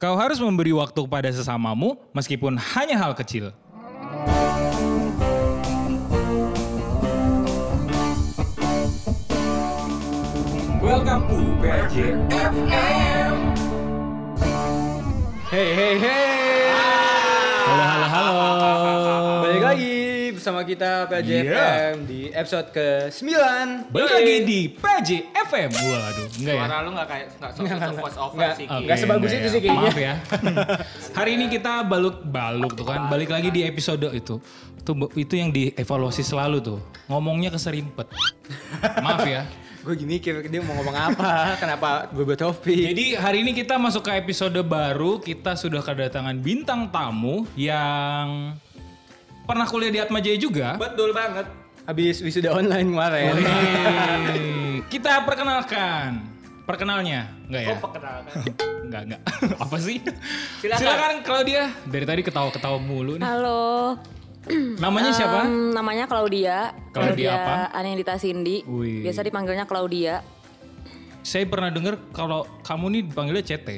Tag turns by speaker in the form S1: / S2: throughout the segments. S1: Kau harus memberi waktu pada sesamamu meskipun hanya hal kecil.
S2: Welcome to PJ FM. Hey hey hey.
S1: Halo, halo, halo.
S2: Balik lagi bersama kita PJ
S1: Iya.
S2: FM di episode ke-9.
S1: Balik lagi di PJ FM. Waduh, enggak ya?
S3: Suara lu gak kayak nggak so
S2: Nggak,
S3: so
S2: nggak.
S3: voice over
S2: Nggak.
S3: sih.
S1: Oke,
S2: Nggak sebagus
S1: enggak
S2: itu sih kayaknya.
S1: Maaf ya. Hari ini kita baluk baluk tuh kan, balik lagi di episode itu. Itu itu yang dievaluasi selalu tuh. Ngomongnya keserimpet. Maaf ya.
S2: Gue gini mikir dia mau ngomong apa, kenapa gue buat
S3: Iya.
S2: topik.
S1: Jadi hari ini kita masuk ke episode baru. Kita sudah kedatangan bintang tamu yang pernah kuliah di Atma Jaya juga.
S3: Betul banget.
S2: Habis wisuda online kemarin.
S1: Hei, Hmm, kita perkenalkan. Perkenalnya, enggak ya?
S3: Kok Oh, perkenalkan?
S1: Enggak, enggak. Apa sih?
S3: Silakan.
S1: Silakan Claudia. Dari tadi ketawa-ketawa mulu nih.
S4: Halo.
S1: Namanya siapa?
S4: Em, namanya Claudia.
S1: Claudia apa?
S4: Anindita Cindy.
S1: Wih.
S4: Biasa dipanggilnya Claudia.
S1: Saya pernah dengar kalau kamu nih dipanggilnya CT.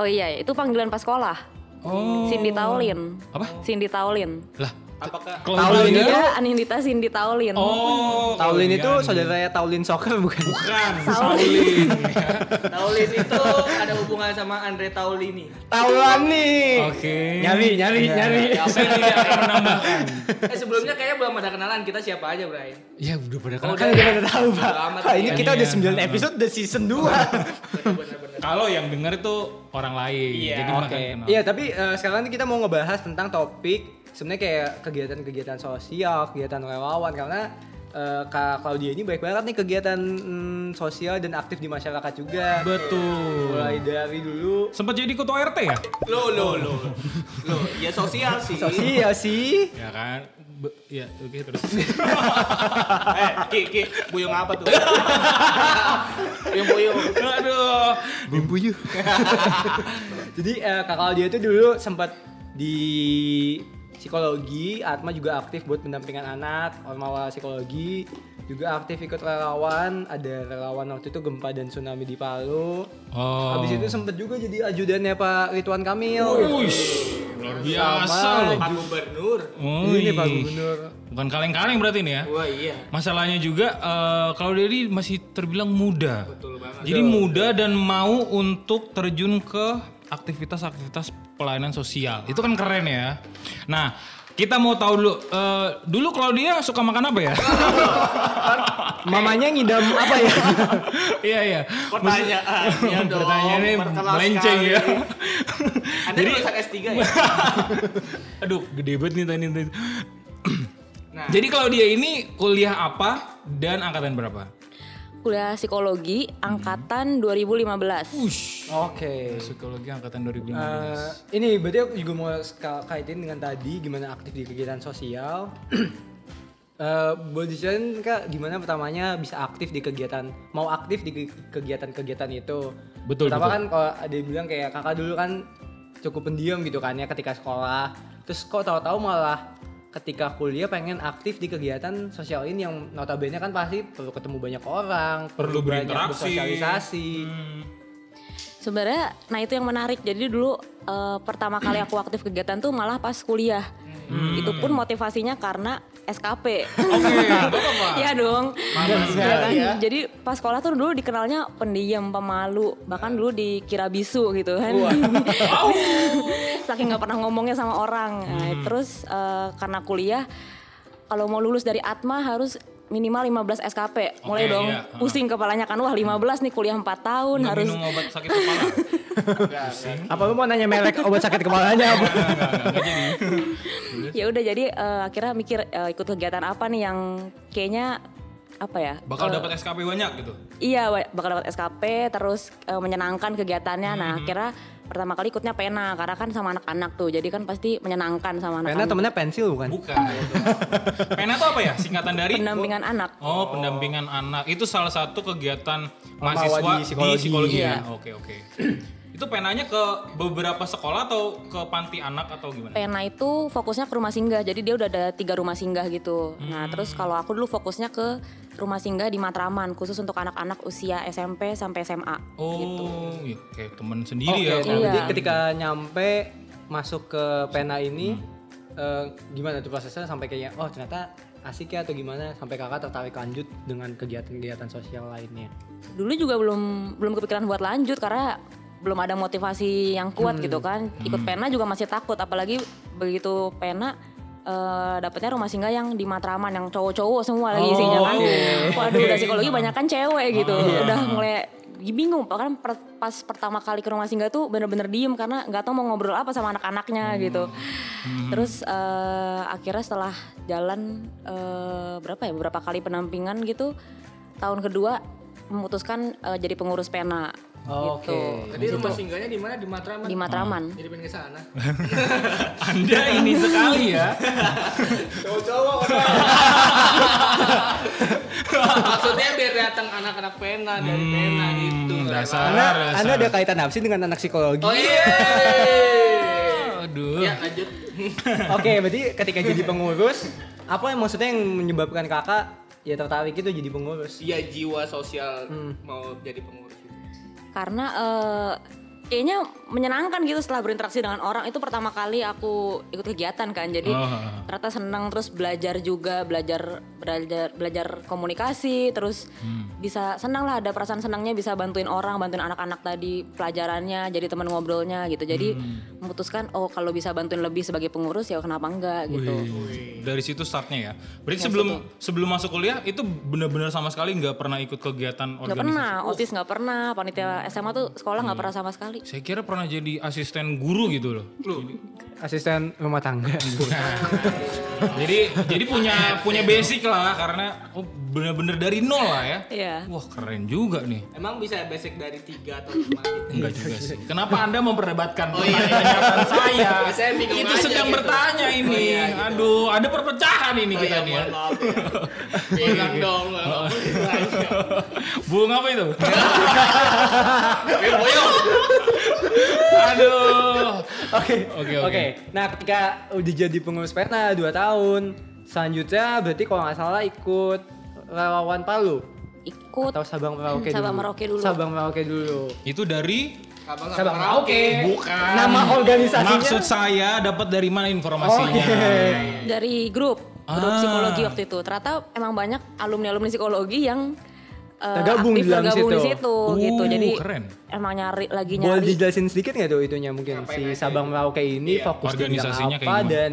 S4: Oh iya, itu panggilan pas sekolah.
S1: Oh.
S4: Cindy Taulin.
S1: Apa?
S4: Cindy Taulin.
S1: Lah,
S3: Apakah
S2: Taulin
S1: Claudia.
S2: itu?
S4: Dia Anindita Cindy Taulin.
S1: Oh, Kan.
S2: Taulin
S1: Claudia
S2: itu
S1: nih.
S2: saudaranya Taulin Soccer bukan?
S1: Bukan,
S4: Saulin.
S1: Saulin.
S3: Taulin itu ada hubungan sama Andre Taulini?
S2: Taulan nih.
S1: Oke.
S2: Nyari, nyari,
S1: Ya,
S2: nyari.
S1: ya, Saya tidak akan menambahkan.
S3: Eh sebelumnya kayaknya belum ada kenalan kita siapa aja, Bray.
S1: Ya udah pada
S3: Oh,
S2: Kan udah pada tahu, Pak.
S3: Selamat,
S2: Pak, ini
S1: iya.
S2: kita udah
S1: Iya.
S2: 9 episode udah season 2.
S3: Bener-bener.
S1: Kalau yang denger tuh orang lain.
S3: Iya,
S1: Jadi
S2: Oke.
S1: makan kenal.
S2: Iya, tapi eh, sekarang kita mau ngebahas tentang topik sebenarnya kayak kegiatan-kegiatan sosial, kegiatan relawan karena eh, Kak Claudia ini baik banget nih kegiatan mm, sosial dan aktif di masyarakat juga.
S1: Betul.
S2: Mulai dari dulu
S1: Sempat jadi ketua RT ya?
S3: Lo lo lo. Lo, ya sosial sih.
S2: sosial Iya sih.
S1: Ya kan. Be- ya, oke terus.
S3: Eh, Ki, Ki, buyung apa tuh? buyung buyung.
S1: Aduh.
S2: Bumbu Jadi eh, Kak Claudia itu dulu sempat di psikologi, Atma juga aktif buat pendampingan anak, Ormawa psikologi, juga aktif ikut relawan, ada relawan waktu itu gempa dan tsunami di Palu.
S1: Oh.
S2: Habis itu sempet juga jadi ajudannya Pak Ridwan Kamil.
S1: Wush, luar biasa
S2: Sama.
S1: loh.
S3: Pak Gubernur.
S2: Ini Pak
S1: Wih.
S2: Gubernur.
S1: Bukan kaleng-kaleng berarti ini ya.
S3: Wah iya,
S1: Masalahnya juga eh, kalau Dedi masih terbilang muda.
S3: betul banget.
S1: Jadi muda dan mau untuk terjun ke aktivitas-aktivitas pelayanan sosial. Itu kan keren ya. Nah, kita mau tahu dulu eh, dulu Claudia suka makan apa ya?
S2: Mamanya ngidam apa ya?
S1: Iya iya.
S3: Pertanyaan ya dong.
S1: Pertanyaannya
S3: perkelas
S1: melenceng
S3: sekali.
S1: ya.
S3: Anda lulusan S3 ya?
S1: Aduh, gede banget nih tadi. tadi.
S3: Nah,
S1: Jadi Claudia ini kuliah apa dan angkatan berapa?
S4: Kuliah psikologi angkatan 2015.
S1: Ush.
S2: Oke.
S1: Psikologi angkatan 2015.
S2: Eh, ini berarti aku juga mau ska- kaitin dengan tadi gimana aktif di kegiatan sosial. Eh, boleh diceritain kak gimana pertamanya bisa aktif di kegiatan mau aktif di ke- kegiatan-kegiatan itu.
S1: Betul,
S2: Pertama
S1: betul.
S2: kan kalau ada yang bilang kayak kakak dulu kan cukup pendiam gitu kan ya ketika sekolah. Terus kok tahu-tahu malah ketika kuliah pengen aktif di kegiatan sosial ini yang notabene kan pasti perlu ketemu banyak orang,
S1: Perlu
S2: banyak
S1: berinteraksi. Hmm.
S2: bersosialisasi.
S4: Sebenarnya, nah itu yang menarik. Jadi dulu eh, pertama kali aku aktif kegiatan tuh malah pas kuliah. Itu pun motivasinya karena SKP. Iya dong. Iya kan? Jadi pas sekolah tuh dulu dikenalnya pendiam, pemalu, bahkan dulu dikira bisu gitu kan. Saking nggak pernah ngomongnya sama orang. Nah, Terus eh, karena kuliah, kalau mau lulus dari Atma harus minimal 15 SKP. Mulai
S1: Oke,
S4: dong
S1: iya.
S4: pusing kepalanya kan wah 15 nih kuliah 4 tahun
S1: Nggak
S4: harus
S1: minum obat sakit kepala.
S2: Apa lu mau nanya merek obat sakit kepalanya apa?
S4: ya udah jadi eh, akhirnya mikir eh, ikut kegiatan apa nih yang kayaknya apa ya?
S1: Bakal dapat SKP banyak gitu.
S4: Iya wa- bakal dapat SKP terus eh, menyenangkan kegiatannya. Nah akhirnya pertama kali ikutnya pena karena kan sama anak-anak tuh jadi kan pasti menyenangkan sama
S2: Karena
S4: anak-anak.
S2: temennya pensil bukan?
S1: Bukan. Pena tuh apa ya? Singkatan dari
S4: Pendampingan anak.
S1: Oh, pendampingan anak. Itu salah satu kegiatan
S2: Pemawa
S1: mahasiswa
S2: di
S1: di psikologi,
S2: psikologi.
S1: ya.
S4: Iya.
S1: Oke, oke. itu penanya ke beberapa sekolah atau ke panti anak atau gimana?
S4: Pena itu fokusnya ke rumah singgah jadi dia udah ada tiga rumah singgah gitu. Nah terus kalau aku dulu fokusnya ke rumah singgah di Matraman khusus untuk anak-anak usia SMP sampai SMA.
S1: Oh, iya, kayak temen sendiri
S2: Oke,
S1: ya.
S2: oke,
S1: kalau
S2: Jadi
S4: Gitu. Iya.
S2: ketika nyampe masuk ke pena ini eh, gimana tuh prosesnya sampai kayaknya oh ternyata asik ya atau gimana sampai kakak tertarik lanjut dengan kegiatan-kegiatan sosial lainnya.
S4: dulu juga belum belum kepikiran buat lanjut karena belum ada motivasi yang kuat gitu kan ikut pena juga masih takut apalagi begitu pena eh, dapetnya rumah singgah yang di Matraman yang cowok-cowok semua lagi isinya kan waduh udah psikologi banyak kan cewek gitu udah mulai bingung bahkan per- pas pertama kali ke rumah singgah tuh bener-bener diem karena nggak tahu mau ngobrol apa sama anak-anaknya gitu terus eh, akhirnya setelah jalan eh, berapa ya beberapa kali penampingan gitu tahun kedua memutuskan eh, jadi pengurus pena
S2: Oke.
S4: gitu
S3: Jadi rumah singgahnya di mana? Di Matraman.
S4: di Matraman.
S3: Jadi pengen ke sana.
S1: Anda ini sekali ya.
S3: Cowok-cowok. Maksudnya biar datang anak-anak pena dari pena gitu.
S1: Hmm, dasar.
S2: Anda,
S1: dasar.
S2: Anda ada kaitan apa sih dengan anak psikologi?
S3: Oh iya.
S1: Aduh.
S3: Ya lanjut.
S2: Oke, berarti ketika jadi pengurus, apa yang maksudnya yang menyebabkan kakak ya tertarik itu jadi pengurus?
S3: Dia Iya, jiwa sosial
S1: Hmm.
S3: mau jadi pengurus.
S4: Karena eh, kayaknya menyenangkan gitu setelah berinteraksi dengan orang itu pertama kali aku ikut kegiatan kan. Jadi
S1: Oh.
S4: ternyata senang terus belajar juga, belajar belajar belajar komunikasi, terus
S1: Hmm.
S4: bisa senang lah ada perasaan senangnya bisa bantuin orang, bantuin anak-anak tadi pelajarannya, jadi teman ngobrolnya gitu. Jadi
S1: Hmm.
S4: memutuskan oh kalau bisa bantuin lebih sebagai pengurus ya kenapa enggak gitu.
S1: Wih, Dari situ startnya ya. Berarti sebelum sebelum masuk kuliah itu benar-benar sama sekali nggak pernah ikut kegiatan
S4: Nggak
S1: organisasi. Iya.
S4: pernah, otis nggak pernah, panitia SMA tuh sekolah nggak pernah sama sekali.
S1: Saya kira pernah jadi asisten guru gitu loh.
S2: Asisten rumah tangga.
S1: jadi jadi punya punya basic lah karena oh, benar-benar dari nol lah ya.
S4: Iya.
S1: Wah keren juga nih.
S3: Emang bisa basic dari tiga atau lima gitu.
S1: Enggak juga sih. Kenapa Anda memperdebatkan pertanyaan saya?
S3: Oh, iya. Saya bingung
S1: Itu
S3: aja
S1: sedang
S3: gitu.
S1: bertanya ini.
S3: Oh, iya, Oh,
S1: Aduh, ada perpecahan ini kita nih. ya.
S3: mohon maaf ya. Bilang dong.
S1: Oh. Bung apa itu?
S3: Eh, boyong.
S1: Aduh.
S2: Oke.
S1: Oke,
S2: Oke,
S1: oke.
S2: Nah, ketika udah jadi pengurus Perna 2 tahun, selanjutnya berarti kalau nggak salah ikut relawan Palu
S4: Ikut
S2: atau Sabang Merauke dulu.
S4: Hmm, Sabang Merauke dulu.
S2: Sabang Merauke dulu.
S1: Itu dari
S3: Abang nggak
S2: Sabang
S3: pernah oke.
S2: Merauke.
S1: Oh, Bukan.
S2: Nama organisasinya. Oh,
S1: Maksud saya dapat dari mana
S2: Oke.
S1: informasinya?
S3: Oh, iya.
S4: dari grup grup
S1: Ah.
S4: psikologi waktu itu ternyata emang banyak alumni alumni psikologi yang eh,
S2: Tergabung di
S4: aktif
S2: dalam
S4: tergabung di
S2: situ.
S4: situ
S1: Uh,
S4: gitu jadi
S1: keren.
S4: emang nyari lagi
S2: Boleh
S4: nyari
S2: dijelasin sedikit nggak tuh itunya mungkin si Sabang Merauke ini fokus di bidang
S1: Iya. Organisasinya kayak
S2: apa
S1: gimana?
S2: dan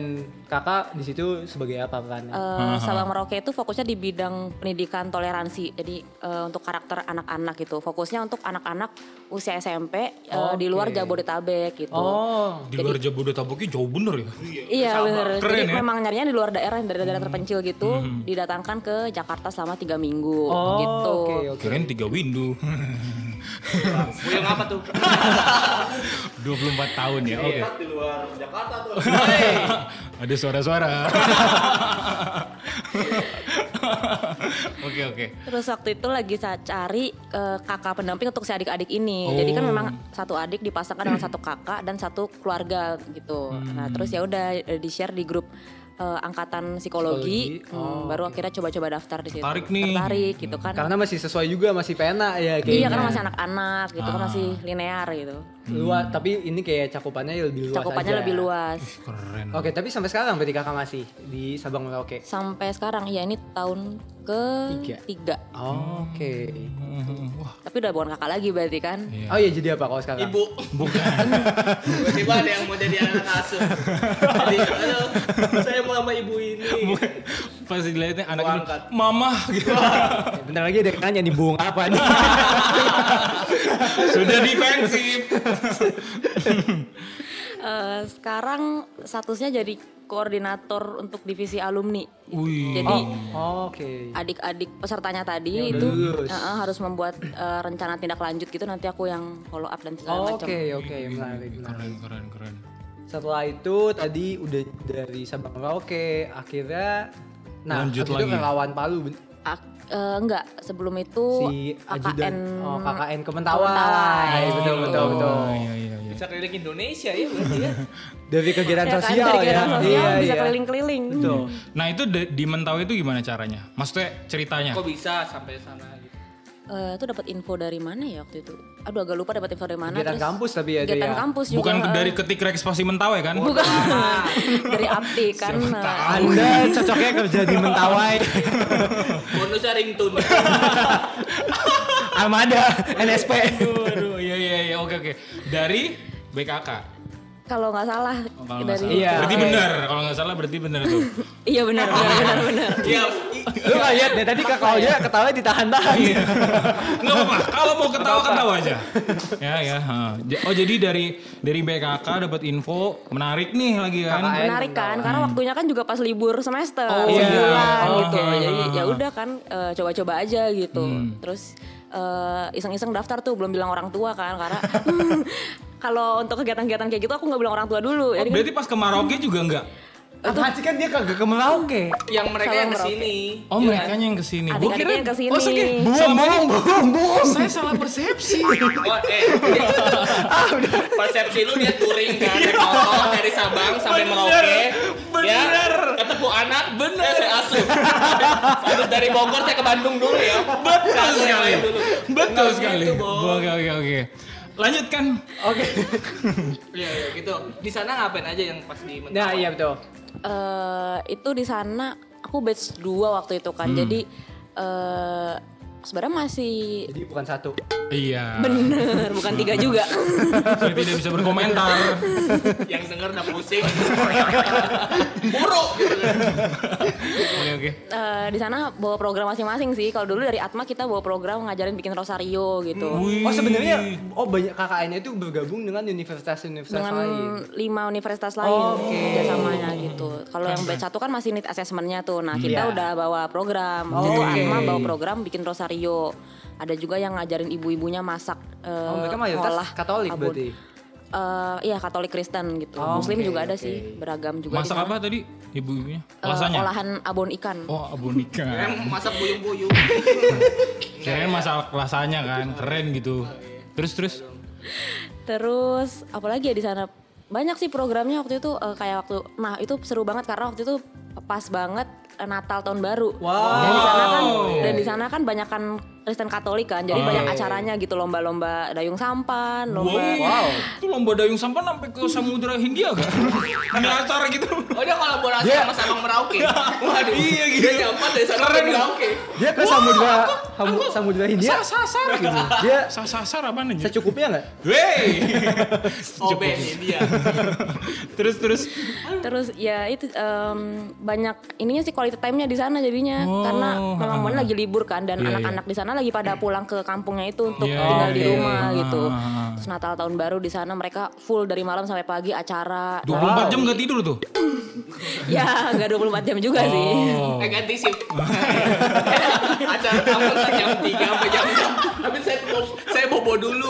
S2: kakak di situ sebagai apa perannya?
S4: eh, Sabang Merauke itu fokusnya di bidang pendidikan toleransi jadi eh, untuk karakter anak-anak gitu fokusnya untuk anak-anak usia SMP eh, di luar
S2: Oke.
S4: Jabodetabek gitu
S2: oh.
S1: Di luar Jabodetabeknya jauh bener ya.
S4: Iya benar.
S1: Keren
S4: Jadi
S1: ya.
S4: memang nyarinya di luar daerah, dari
S2: Hmm.
S4: daerah terpencil gitu, didatangkan ke Jakarta selama tiga minggu
S2: Oh,
S4: gitu.
S2: oke, oke.
S1: Keren tiga window.
S3: Boyong apa tuh?
S1: 24 tahun ya. Oke.
S3: Di luar Jakarta tuh.
S1: Ada suara-suara. Oke oke.
S4: Terus waktu itu lagi saya cari eh, kakak pendamping untuk si adik-adik ini. Jadi
S2: Oh.
S4: kan memang satu adik dipasangkan dengan satu kakak dan satu keluarga gitu. Nah
S2: Hmm.
S4: terus ya udah eh, di share di grup eh, angkatan psikologi.
S2: Psikologi. Oh,
S4: Hmm, baru akhirnya coba-coba daftar di situ.
S1: Tertarik nih.
S4: Tertarik gitu kan.
S2: Hmm. Karena masih sesuai juga masih pena ya Ah. kayaknya.
S4: Iya karena masih anak-anak gitu kan masih linear gitu.
S2: luas tapi ini kayak cakupannya lebih luas
S4: Cakupannya
S2: aja.
S4: lebih luas.
S1: Keren.
S2: Oke, tapi sampai sekarang berarti kakak masih di Sabang Merauke.
S4: Sampai sekarang ya ini tahun ke
S2: Tiga.
S4: tiga.
S2: Oke.
S1: Wah
S4: Tapi udah bukan kakak lagi berarti kan.
S2: Hmm. Oh iya jadi apa kalau sekarang?
S3: Ibu.
S1: bukan.
S3: Tiba-tiba ada yang mau jadi anak asuh. Jadi, aduh, saya mau sama ibu ini.
S1: bukan. Pas dilihatnya anak itu,
S3: Angkat.
S1: mama gitu.
S2: Eh, Bentar lagi ada yang nanya nih bung apa nih?
S1: Sudah defensif.
S4: Eh, sekarang statusnya jadi koordinator untuk divisi alumni. gitu.
S1: Wih.
S4: Jadi
S2: Oke.
S4: adik-adik pesertanya tadi
S2: Ya
S4: itu
S2: lulus.
S4: eh, eh, harus membuat eh, rencana tindak lanjut gitu nanti aku yang follow up dan segala
S2: Oh,
S4: macam.
S2: Oke, oke, menarik, menarik.
S1: Keren keren keren.
S2: Setelah itu tadi udah dari Sabang Merauke, akhirnya nah
S1: Lanjut
S2: habis itu
S1: lagi.
S2: relawan Palu ben-
S4: Ak- eh, enggak, sebelum itu
S2: si
S4: KKN
S2: ajudan oh KKN Kementawai.
S4: Kementawai.
S2: Iya, betul betul betul.
S1: Iya iya iya.
S3: Bisa keliling Indonesia ya berarti ya.
S2: Dari kegiatan
S4: Ya kan,
S2: sosial
S4: dari kegiatan
S2: ya.
S4: sosial
S2: Iya,
S4: bisa
S2: iya.
S4: keliling-keliling.
S2: Betul.
S1: Nah itu di di Mentawai itu gimana caranya? Maksudnya ceritanya?
S3: Kok bisa sampai sana gitu?
S4: eh, itu dapat info dari mana ya waktu itu? Aduh agak lupa dapat info dari mana.
S2: Kegiatan
S4: terus
S2: kampus tapi ya itu
S4: Kegiatan
S2: ya?
S4: kampus juga.
S1: Bukan
S4: eh,
S1: dari ketik reks pasti mentawe kan?
S4: bukan dari Apti kan. eh,
S2: Anda cocoknya kerja di Mentawai,
S3: Bonusnya ringtone.
S2: Armada, NSP.
S1: Aduh, aduh, iya iya iya, oke oke. Dari BKK.
S4: Kalau nggak salah
S1: Oh, Kalau nggak
S4: dari
S1: salah.
S2: Iya.
S1: berarti
S2: oke.
S1: benar. Kalau nggak salah berarti benar tuh.
S4: Iya benar benar benar. benar.
S3: Iya.
S2: Lu nggak lihat deh tadi kakak Oja ketawa ditahan-tahan.
S1: Iya. Enggak apa-apa. Kalau mau ketawa ketawa aja. Ya ya. ha. J- Oh jadi dari dari BKK dapat info menarik nih lagi kan.
S2: KKN.
S4: menarik kan karena waktunya kan juga pas libur semester
S1: Oh,
S4: sebulan
S1: iya. Oh,
S4: gitu
S1: oke. Hmm.
S4: jadi ya udah kan eh, coba-coba aja gitu terus eh, iseng-iseng daftar tuh belum bilang orang tua kan karena hmm, kalau untuk kegiatan-kegiatan kayak gitu aku nggak bilang orang tua dulu
S1: Oh,
S4: jadi
S1: berarti pas ke Maroke juga enggak?
S2: Apa sih kan dia kagak ke Merauke?
S3: Yang mereka
S4: Salam
S3: yang
S4: merauke.
S3: kesini. Iya.
S1: Oh
S4: Iya.
S1: mereka yang kesini. Gua
S4: Adik-adiknya
S1: kira-
S4: yang kesini.
S1: Oh oke.
S2: Bohong,
S1: Selama ini
S2: bohong, bohong, bohong.
S1: saya salah persepsi.
S3: Oh, eh.
S1: Ah,
S3: Persepsi lu dia touring kan,
S1: Iya.
S3: naik motor dari Sabang sampai Merauke. Ya,
S1: bener.
S3: ketemu anak, bener. saya asuh. Habis dari Bogor saya ke Bandung dulu ya.
S1: Betul
S3: Satu yang
S1: sekali.
S3: lain dulu.
S1: Betul
S3: Nggak
S1: sekali.
S3: gitu, Bo.
S1: Oke oke oke. Lanjutkan.
S2: Oke.
S3: Iya, iya, gitu. Di sana ngapain aja yang pas di Mentawai?
S2: Nah iya betul.
S4: eh, itu di sana aku batch 2 waktu itu
S1: Hmm.
S4: kan jadi eh, sebenarnya masih
S2: Jadi bukan satu.
S1: Iya.
S4: bener bukan tiga juga
S1: Saya tidak bisa berkomentar.
S3: Yang denger udah pusing. Buruk gitu kan.
S1: Oke oke.
S4: Eh, di sana bawa program masing-masing sih kalau dulu dari Atma kita bawa program ngajarin bikin rosario gitu
S2: Oh sebenarnya oh banyak KKN-nya itu bergabung dengan universitas-universitas
S4: dengan
S2: lain.
S4: lima universitas lain
S2: Oh, oke.
S4: kerjasamanya gitu. Kalau yang batch satu kan masih need assessmentnya tuh. Nah kita
S2: Iya.
S4: udah bawa program. Waktu itu
S2: Oke.
S4: Atma bawa program bikin rosario. Ada juga yang ngajarin ibu-ibunya masak. eh,
S2: Oh, mereka mayoritas Katolik berarti?
S4: iya Katolik Kristen gitu.
S2: Oh,
S4: Muslim
S2: oke,
S4: juga ada
S2: oke.
S4: sih beragam juga. di
S1: Masak
S4: sana.
S1: apa tadi ibu-ibunya?
S4: Eh,
S1: Rasanya?
S4: olahan abon ikan.
S1: Oh abonika.
S3: Yang masak buyung-buyung.
S1: Kirain masalah rasanya kan, keren gitu. Terus terus.
S4: Terus apalagi ya di sana banyak sih programnya waktu itu eh, kayak waktu nah itu seru banget karena waktu itu pas banget eh, Natal tahun baru. Dan di sana kan
S1: Wow.
S4: dan di sana kan banyak kan Kristen Katolik kan.
S1: Iya,
S4: Jadi
S1: Wow.
S4: banyak acaranya gitu lomba-lomba dayung sampan,
S1: Wow.
S4: lomba
S1: Itu lomba dayung sampan sampai ke Samudra Hindia gak? Ngelancar gitu.
S3: Oh dia kolaborasi sama Sabang Merauke. Waduh.
S1: Iya, gitu.
S3: Dia nyampe dari Sabang ke
S1: Keren.
S3: Merauke.
S2: Dia ke Samudra Hamu- Samudra Hindia.
S1: Sasar gitu.
S2: Dia
S1: Sasar apa nih?
S2: secukupnya nggak?
S1: Wey.
S3: Oh Ben, ini dia.
S1: terus terus.
S4: terus ya itu em, banyak ininya sih quality time-nya di sana jadinya
S1: Oh,
S4: karena memang
S1: ah.
S4: lagi libur kan dan
S1: Iya,
S4: anak-anak di sana lagi pada pulang ke kampungnya itu untuk
S1: Iya,
S4: tinggal di
S1: oke.
S4: rumah
S1: Ah,
S4: gitu.
S1: ah, ah.
S4: Terus Natal tahun baru di sana mereka full dari malam sampai pagi acara.
S1: 24 jam gak tidur tuh.
S4: ya nggak 24 jam juga sih.
S1: Oh.
S3: Eh ganti sih. Acara kamu ntar jam 3 sampai jam 6. Tapi saya bobo, saya bobo dulu.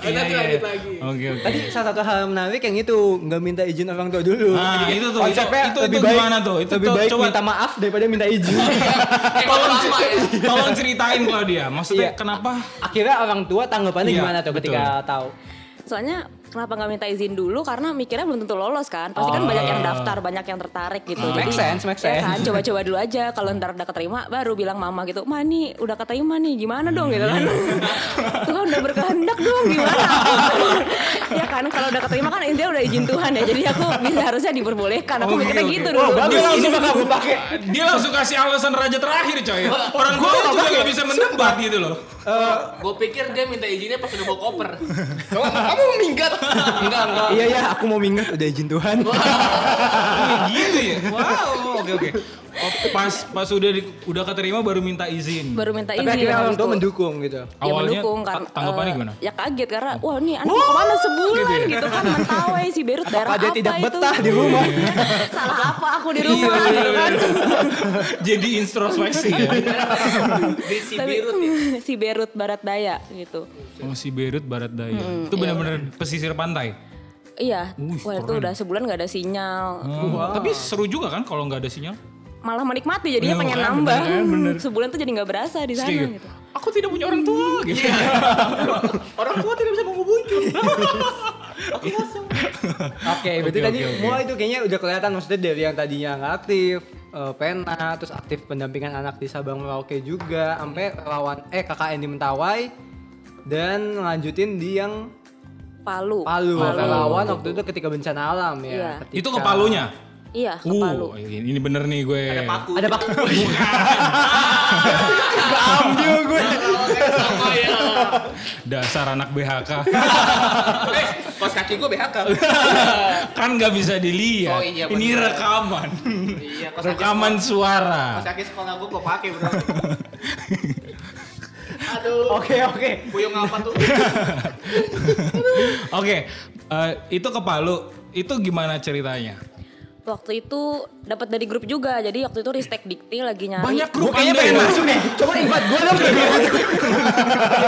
S3: Kita
S1: Iya, iya.
S3: lanjut lagi.
S1: Oke oke.
S2: Tadi salah satu hal menarik yang itu nggak minta izin orang tua dulu.
S1: Nah, itu tuh,
S2: Konsepnya
S1: itu- itu-
S2: lebih
S1: itu
S2: baik,
S1: gimana tuh? Itu
S2: lebih
S1: tuh,
S2: baik
S1: coba.
S2: minta maaf daripada minta izin.
S3: Eh, kalau lama ya.
S1: Tolong ceritain Claudia, maksudnya
S2: Iya.
S1: kenapa?
S2: Akhirnya orang tua tanggapannya
S1: Iya,
S2: gimana tuh ketika tahu?
S4: Soalnya kenapa nggak minta izin dulu? Karena mikirnya belum tentu lolos kan. Pasti kan banyak yang daftar, banyak yang tertarik gitu.
S2: Oh. Hmm. Make sense, make
S4: ya kan,
S2: sense.
S4: coba-coba dulu aja. Kalau ntar udah keterima, baru bilang mama gitu, Ma nih udah keterima nih, gimana dong gitu kan?
S2: Hmm.
S4: Tuhan udah berkehendak dong, gimana? ya kan, kalau udah keterima kan intinya udah izin Tuhan ya. Jadi aku bisa harusnya diperbolehkan. Aku
S1: Oke,
S4: mikirnya
S1: oke.
S4: gitu
S2: Oh,
S4: dulu.
S2: bagus
S1: Dia
S2: ini
S1: langsung-
S2: bakal gue pakai.
S1: Dia langsung kasih alasan raja terakhir coy. Orang tua juga gak bisa mendebat gitu loh.
S3: Gue pikir dia minta izinnya pas udah bawa koper. Kamu, kamu mau minggat? Enggak, enggak.
S2: Iya iya, aku mau minggat udah izin Tuhan.
S1: Oh, gitu ya. Wow, oke oke. Oh, Pas pas udah di- udah keterima baru minta izin.
S4: Baru minta izin.
S2: Tapi akhirnya orang
S4: habis
S2: tua
S4: itu.
S2: mendukung gitu.
S4: Ya
S1: Awalnya
S4: mendukung
S1: ta-
S4: karena
S1: tanggapannya
S4: eh,
S1: gimana? Oh. ya?
S4: Ya kaget karena wah ini anak mau kemana sebulan gitu, kan mentawai si Beirut daerah
S2: Apa
S4: apa
S2: dia tidak
S4: itu? Iya,
S2: betah di rumah? Iya,
S4: Salah apa aku di rumah gitu kan?
S1: Iya, Jadi introspeksi ya.
S3: Di si
S4: Tapi hmm,
S3: Birut ya.
S4: si Beirut Barat Daya gitu.
S1: Oh, si Beirut Barat Daya. itu benar-benar pesisir pantai.
S4: Iya,
S1: Wih,
S4: wah itu
S1: keren.
S4: udah sebulan nggak ada sinyal.
S1: Hmm, Tapi seru juga kan kalau nggak ada sinyal.
S4: Malah menikmati
S1: Iya,
S4: jadinya pengen
S1: makanya
S4: nambah.
S1: bener, kan, bener.
S4: Sebulan tuh jadi nggak berasa di sana
S1: Kayak,
S4: gitu.
S1: Aku tidak punya orang tua
S3: Iya.
S1: gitu.
S3: Orang tua tidak bisa menghubungi.
S2: Oke, berarti
S1: Oke,
S2: tadi
S1: oke, oke.
S2: mulai itu kayaknya udah kelihatan maksudnya dari yang tadinya nggak aktif, eh, pena, terus aktif pendampingan anak di Sabang Merauke juga, sampai relawan eh KKN di Mentawai dan lanjutin di yang
S4: Palu.
S2: Palu, relawan waktu itu ketika bencana alam ya.
S4: Iya.
S2: ketika-
S1: Itu ke palunya.
S4: Iya, ke Palu.
S1: Uh, ini bener nih gue.
S3: Ada paku.
S2: Ada pak.
S3: ambil gue. Sama ya.
S1: Dasar anak BHK.
S3: Eh, kos kaki gue BHK.
S1: kan nggak bisa dilihat.
S3: Oh iya,
S1: ini
S3: bener.
S1: rekaman.
S3: Iya, kos kaki.
S1: rekaman suara.
S3: Kos kaki sekolah gue gue pakai bro. Aduh.
S2: Oke oke.
S3: Puyung apa tuh?
S1: Oke, eh, itu ke Palu. Itu gimana ceritanya?
S4: Waktu itu dapat dari grup juga. Jadi waktu itu Ristek Dikti lagi nyari.
S1: Banyak
S2: Gue
S1: grup
S2: kayaknya
S1: Anda
S2: pengen
S1: ya?
S2: masuk nih. Coba impat gue dong.
S3: Kayak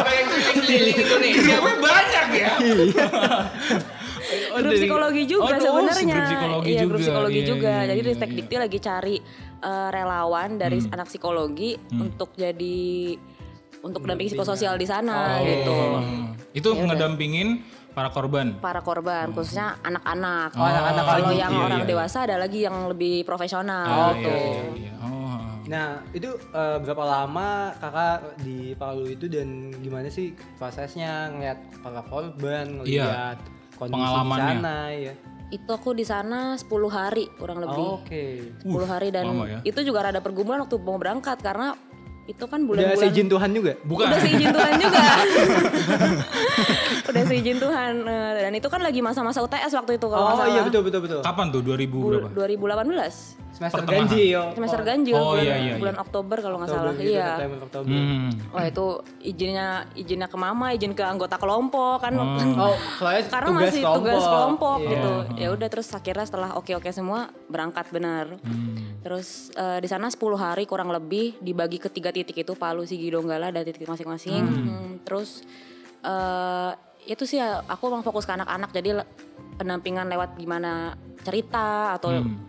S3: keliling-keliling Indonesia.
S1: Grupnya banyak ya. Oh,
S4: grup psikologi juga
S1: Aduh,
S4: sebenarnya.
S1: Grup psikologi
S4: iya,
S1: juga.
S4: grup psikologi
S1: Iya,
S4: juga.
S1: iya,
S4: jadi
S1: iya,
S4: Ristek
S1: iya. Hmm.
S4: Dikti lagi cari eh, relawan dari anak psikologi untuk jadi untuk dampingi psikososial di sana gitu.
S1: Hmm, Itu ngedampingin para korban.
S4: Para korban khususnya anak-anak.
S1: Oh, anak-anak
S4: Kalau
S1: lagi.
S4: yang
S1: Iya,
S4: orang
S1: iya,
S4: dewasa ada lagi yang lebih
S1: Ah,
S4: profesional gitu.
S1: iya, iya, iya. Oh.
S2: Nah itu eh, berapa lama kakak di Palu itu dan gimana sih prosesnya ngeliat para korban, ngeliat
S1: Iya,
S2: kondisi di
S1: Pengalamannya.
S2: sana ya.
S4: Itu aku di sana 10 hari kurang lebih.
S2: Oh, Oke.
S4: 10 hari dan
S1: lama ya.
S4: itu juga rada pergumulan waktu mau berangkat karena itu kan
S2: Udah
S4: bulan-bulan
S2: seizin Tuhan juga.
S1: Bukan.
S4: Udah seizin Tuhan juga. Udah seizin Tuhan. eh, Dan itu kan lagi masa-masa UTS waktu itu kalau nggak
S2: Oh
S4: salah.
S2: iya betul betul betul.
S1: Kapan tuh 2000
S4: Bu-
S1: berapa?
S4: 2018.
S2: Semester
S1: Pertengahan.
S2: ganjil.
S4: Semester ganjil
S1: iya. Oh,
S4: bulan,
S1: iya, iya,
S4: bulan
S1: iya.
S4: Oktober kalau nggak
S2: Oktober
S4: salah.
S2: gitu,
S4: Iya.
S2: September, Oktober.
S1: Hmm.
S4: Wah itu izinnya izinnya ke mama, izin ke anggota kelompok kan.
S2: Oh, soalnya
S4: Karena
S2: tugas
S4: masih
S2: kelompok.
S4: tugas kelompok
S2: Iya.
S4: gitu. Ya udah terus akhirnya setelah oke-oke semua berangkat benar. Terus eh, di sana 10 hari kurang lebih dibagi ke tiga titik itu Palu, Sigi, Donggala ada titik masing-masing. Hmm, terus eh, itu sih ya, aku emang fokus ke anak-anak jadi le- pendampingan lewat gimana cerita atau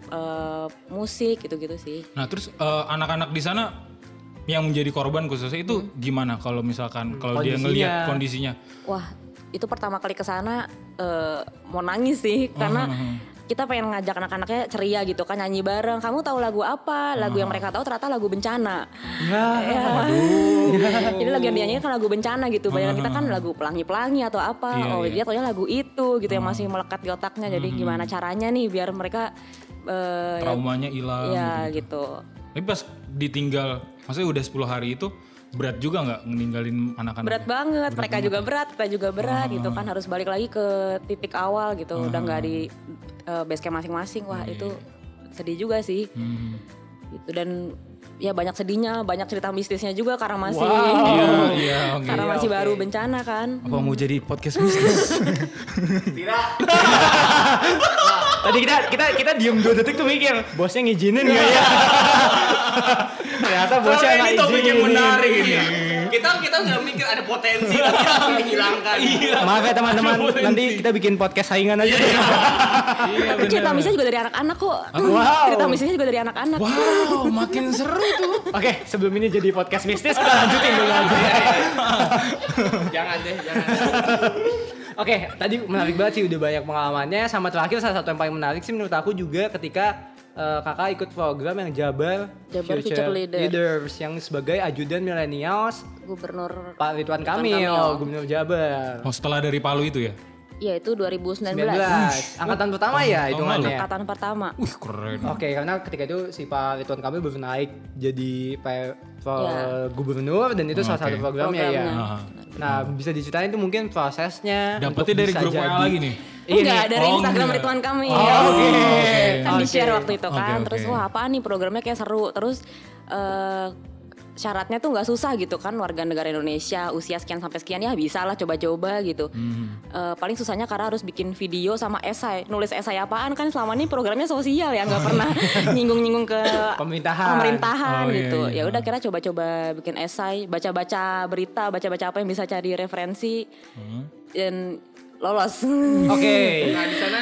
S4: eh, musik gitu-gitu sih.
S1: Nah, terus eh, anak-anak di sana yang menjadi korban khususnya itu gimana kalau misalkan kalau dia
S2: Kondisinya.
S1: ngelihat kondisinya?
S4: Wah, itu pertama kali ke sana eh, mau nangis sih
S1: Hmm,
S4: karena kita pengen ngajak anak-anaknya ceria gitu kan nyanyi bareng. Kamu tahu lagu apa? Lagu
S1: Hmm.
S4: yang mereka tahu ternyata lagu bencana. Ya. Jadi lagu yang dinyanyiin kan lagu bencana gitu. Bayangan kita kan lagu pelangi-pelangi atau apa.
S1: Hmm, Iya, iya.
S4: oh,
S1: Hmm.
S4: dia taunya lagu itu gitu yang masih melekat di otaknya. Jadi gimana caranya nih biar mereka eh, ya-
S1: Traumanya hilang.
S4: ya
S1: gitu.
S4: gitu.
S1: Tapi pas ditinggal, maksudnya udah 10 hari itu berat juga nggak ninggalin anak-anak?
S4: berat banget mereka juga berat kita juga berat
S1: Ah.
S4: gitu kan harus balik lagi ke titik awal gitu udah nggak di eh, base camp masing-masing wah
S1: Iya,
S4: itu sedih juga sih
S1: Hmm.
S4: gitu dan ya banyak sedihnya banyak cerita mistisnya juga karena masih
S1: Iya, iya, oke. Oh,
S4: karena masih baru bencana kan
S1: Apa mau jadi podcast bisnis?
S3: Tidak.
S2: Tadi kita kita kita diem 2 detik tuh mikir, bosnya ngizinin gak ya? Ternyata bosnya
S1: Soalnya
S2: nggak
S1: ini topik yang
S2: izinin.
S1: menarik ini.
S3: Iya. Kita kita nggak mikir ada potensi tapi Iya, kita menghilangkan.
S1: Iya.
S2: Maaf ya teman-teman, nanti kita bikin podcast saingan aja.
S1: iya,
S4: tapi cerita mistisnya juga dari anak-anak kok
S2: Wow.
S4: cerita mistisnya juga dari anak-anak
S1: Ah, Wow, makin seru tuh.
S2: Oke, sebelum ini jadi podcast mistis kita lanjutin dulu aja.
S3: iya, Jangan deh, jangan.
S2: Oke, tadi menarik banget sih udah banyak pengalamannya. Sama terakhir salah satu yang paling menarik sih menurut aku juga ketika eh, kakak ikut program yang Jabar,
S4: Jabar Future Leader.
S2: Leaders yang sebagai ajudan milenials
S4: gubernur
S2: Pak Ridwan Kamil,
S4: Kamil.
S2: Gubernur Jabar.
S1: Oh, setelah dari Palu itu ya?
S4: ya itu 2019
S2: 19. Angkatan pertama ya hitungannya.
S4: angkatan pertama
S1: Wih, keren.
S2: Oke, karena ketika itu si Pak Ridwan Kamil baru naik jadi Pak Pak
S4: Ya.
S2: Gubernur dan itu salah
S1: Oke.
S2: satu programnya, ya.
S4: Programnya.
S1: Ah.
S2: Nah, bisa diceritain itu mungkin prosesnya.
S1: Dapatnya
S2: untuk
S1: dari
S2: bisa
S1: grup
S2: jadi-
S1: WA lagi nih?
S2: Iya
S4: Enggak,
S2: nih.
S4: dari
S1: Oh,
S4: Instagram
S1: enggak.
S4: Ridwan kami.
S2: Oh, oke.
S4: Kan
S2: Oke.
S4: di-share waktu itu
S1: Oke,
S4: kan.
S1: oke.
S4: Terus wah apaan nih programnya kayak seru. Terus eh, syaratnya tuh nggak susah gitu kan warga negara Indonesia usia sekian sampai sekian ya bisa lah coba-coba gitu.
S1: Hmm.
S4: Eh, paling susahnya karena harus bikin video sama esai. Nulis esai apaan kan selama ini programnya sosial ya nggak pernah nyinggung-nyinggung ke
S2: Pemerintahan.
S4: pemerintahan
S1: Oh, iya,
S4: gitu.
S1: iya.
S4: Ya udah kira coba-coba bikin esai, baca-baca berita, baca-baca apa yang bisa cari referensi dan lolos.
S2: Oke.
S3: Nah di sana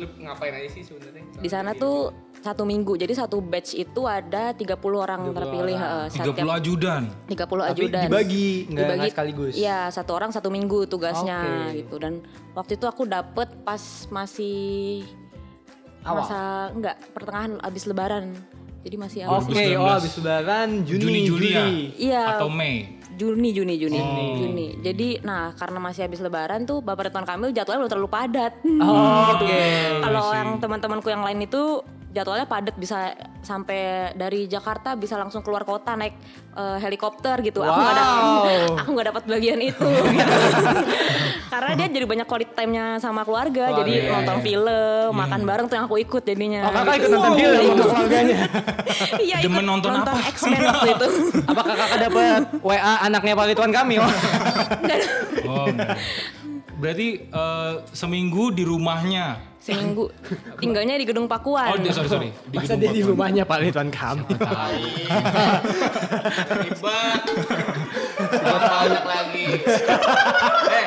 S3: lu ngapain aja sih sebenarnya?
S4: di sana tuh satu minggu jadi satu batch itu ada 30 orang terpilih eh,
S1: 30
S4: setiap
S1: ajudan.
S4: 30
S2: Tapi
S4: ajudan
S2: dibagi, nggak- nggak sekaligus.
S4: Iya satu orang satu minggu tugasnya
S2: Oke.
S4: gitu dan waktu itu aku dapet pas masih
S2: Awal.
S4: masa enggak pertengahan abis lebaran Jadi masih awal.
S2: Oke, oh
S1: 2019.
S2: habis lebaran Juni,
S1: Juni, Juli ya?
S4: Iya.
S1: Atau Mei?
S4: Juni, Juni, Juni, Juni. Jadi, nah karena masih habis Lebaran tuh Bapak Ridwan Kamil jadwalnya belum terlalu padat.
S2: Oke.
S4: Kalau yang teman-temanku yang lain itu jadwalnya padat bisa sampai dari Jakarta bisa langsung keluar kota naik eh, helikopter gitu. Aku nggak ada,
S2: Wow.
S4: aku nggak dapat bagian itu. gitu. Karena dia jadi banyak quality time-nya sama keluarga,
S2: iya,
S4: jadi nonton film, makan bareng tuh yang aku ikut jadinya.
S2: Oh, kakak
S4: gitu.
S2: ikut nonton film sama keluarganya.
S4: Iya, ikut
S1: Demen nonton
S4: nonton,
S1: apa?
S4: X-Men waktu itu.
S2: Apa kakak dapat WA anaknya Pak Ridwan Kamil?
S1: Oh, enggak. Berarti eh, seminggu di rumahnya.
S4: Seminggu tinggalnya di Gedung Pakuan.
S1: Oh, dia- sorry sorry. Di
S2: Masa
S1: gedung
S2: dia di
S1: balkon.
S2: rumahnya Pak Ridwan Kamil?
S3: Ribet. Ribet banyak lagi. Eh,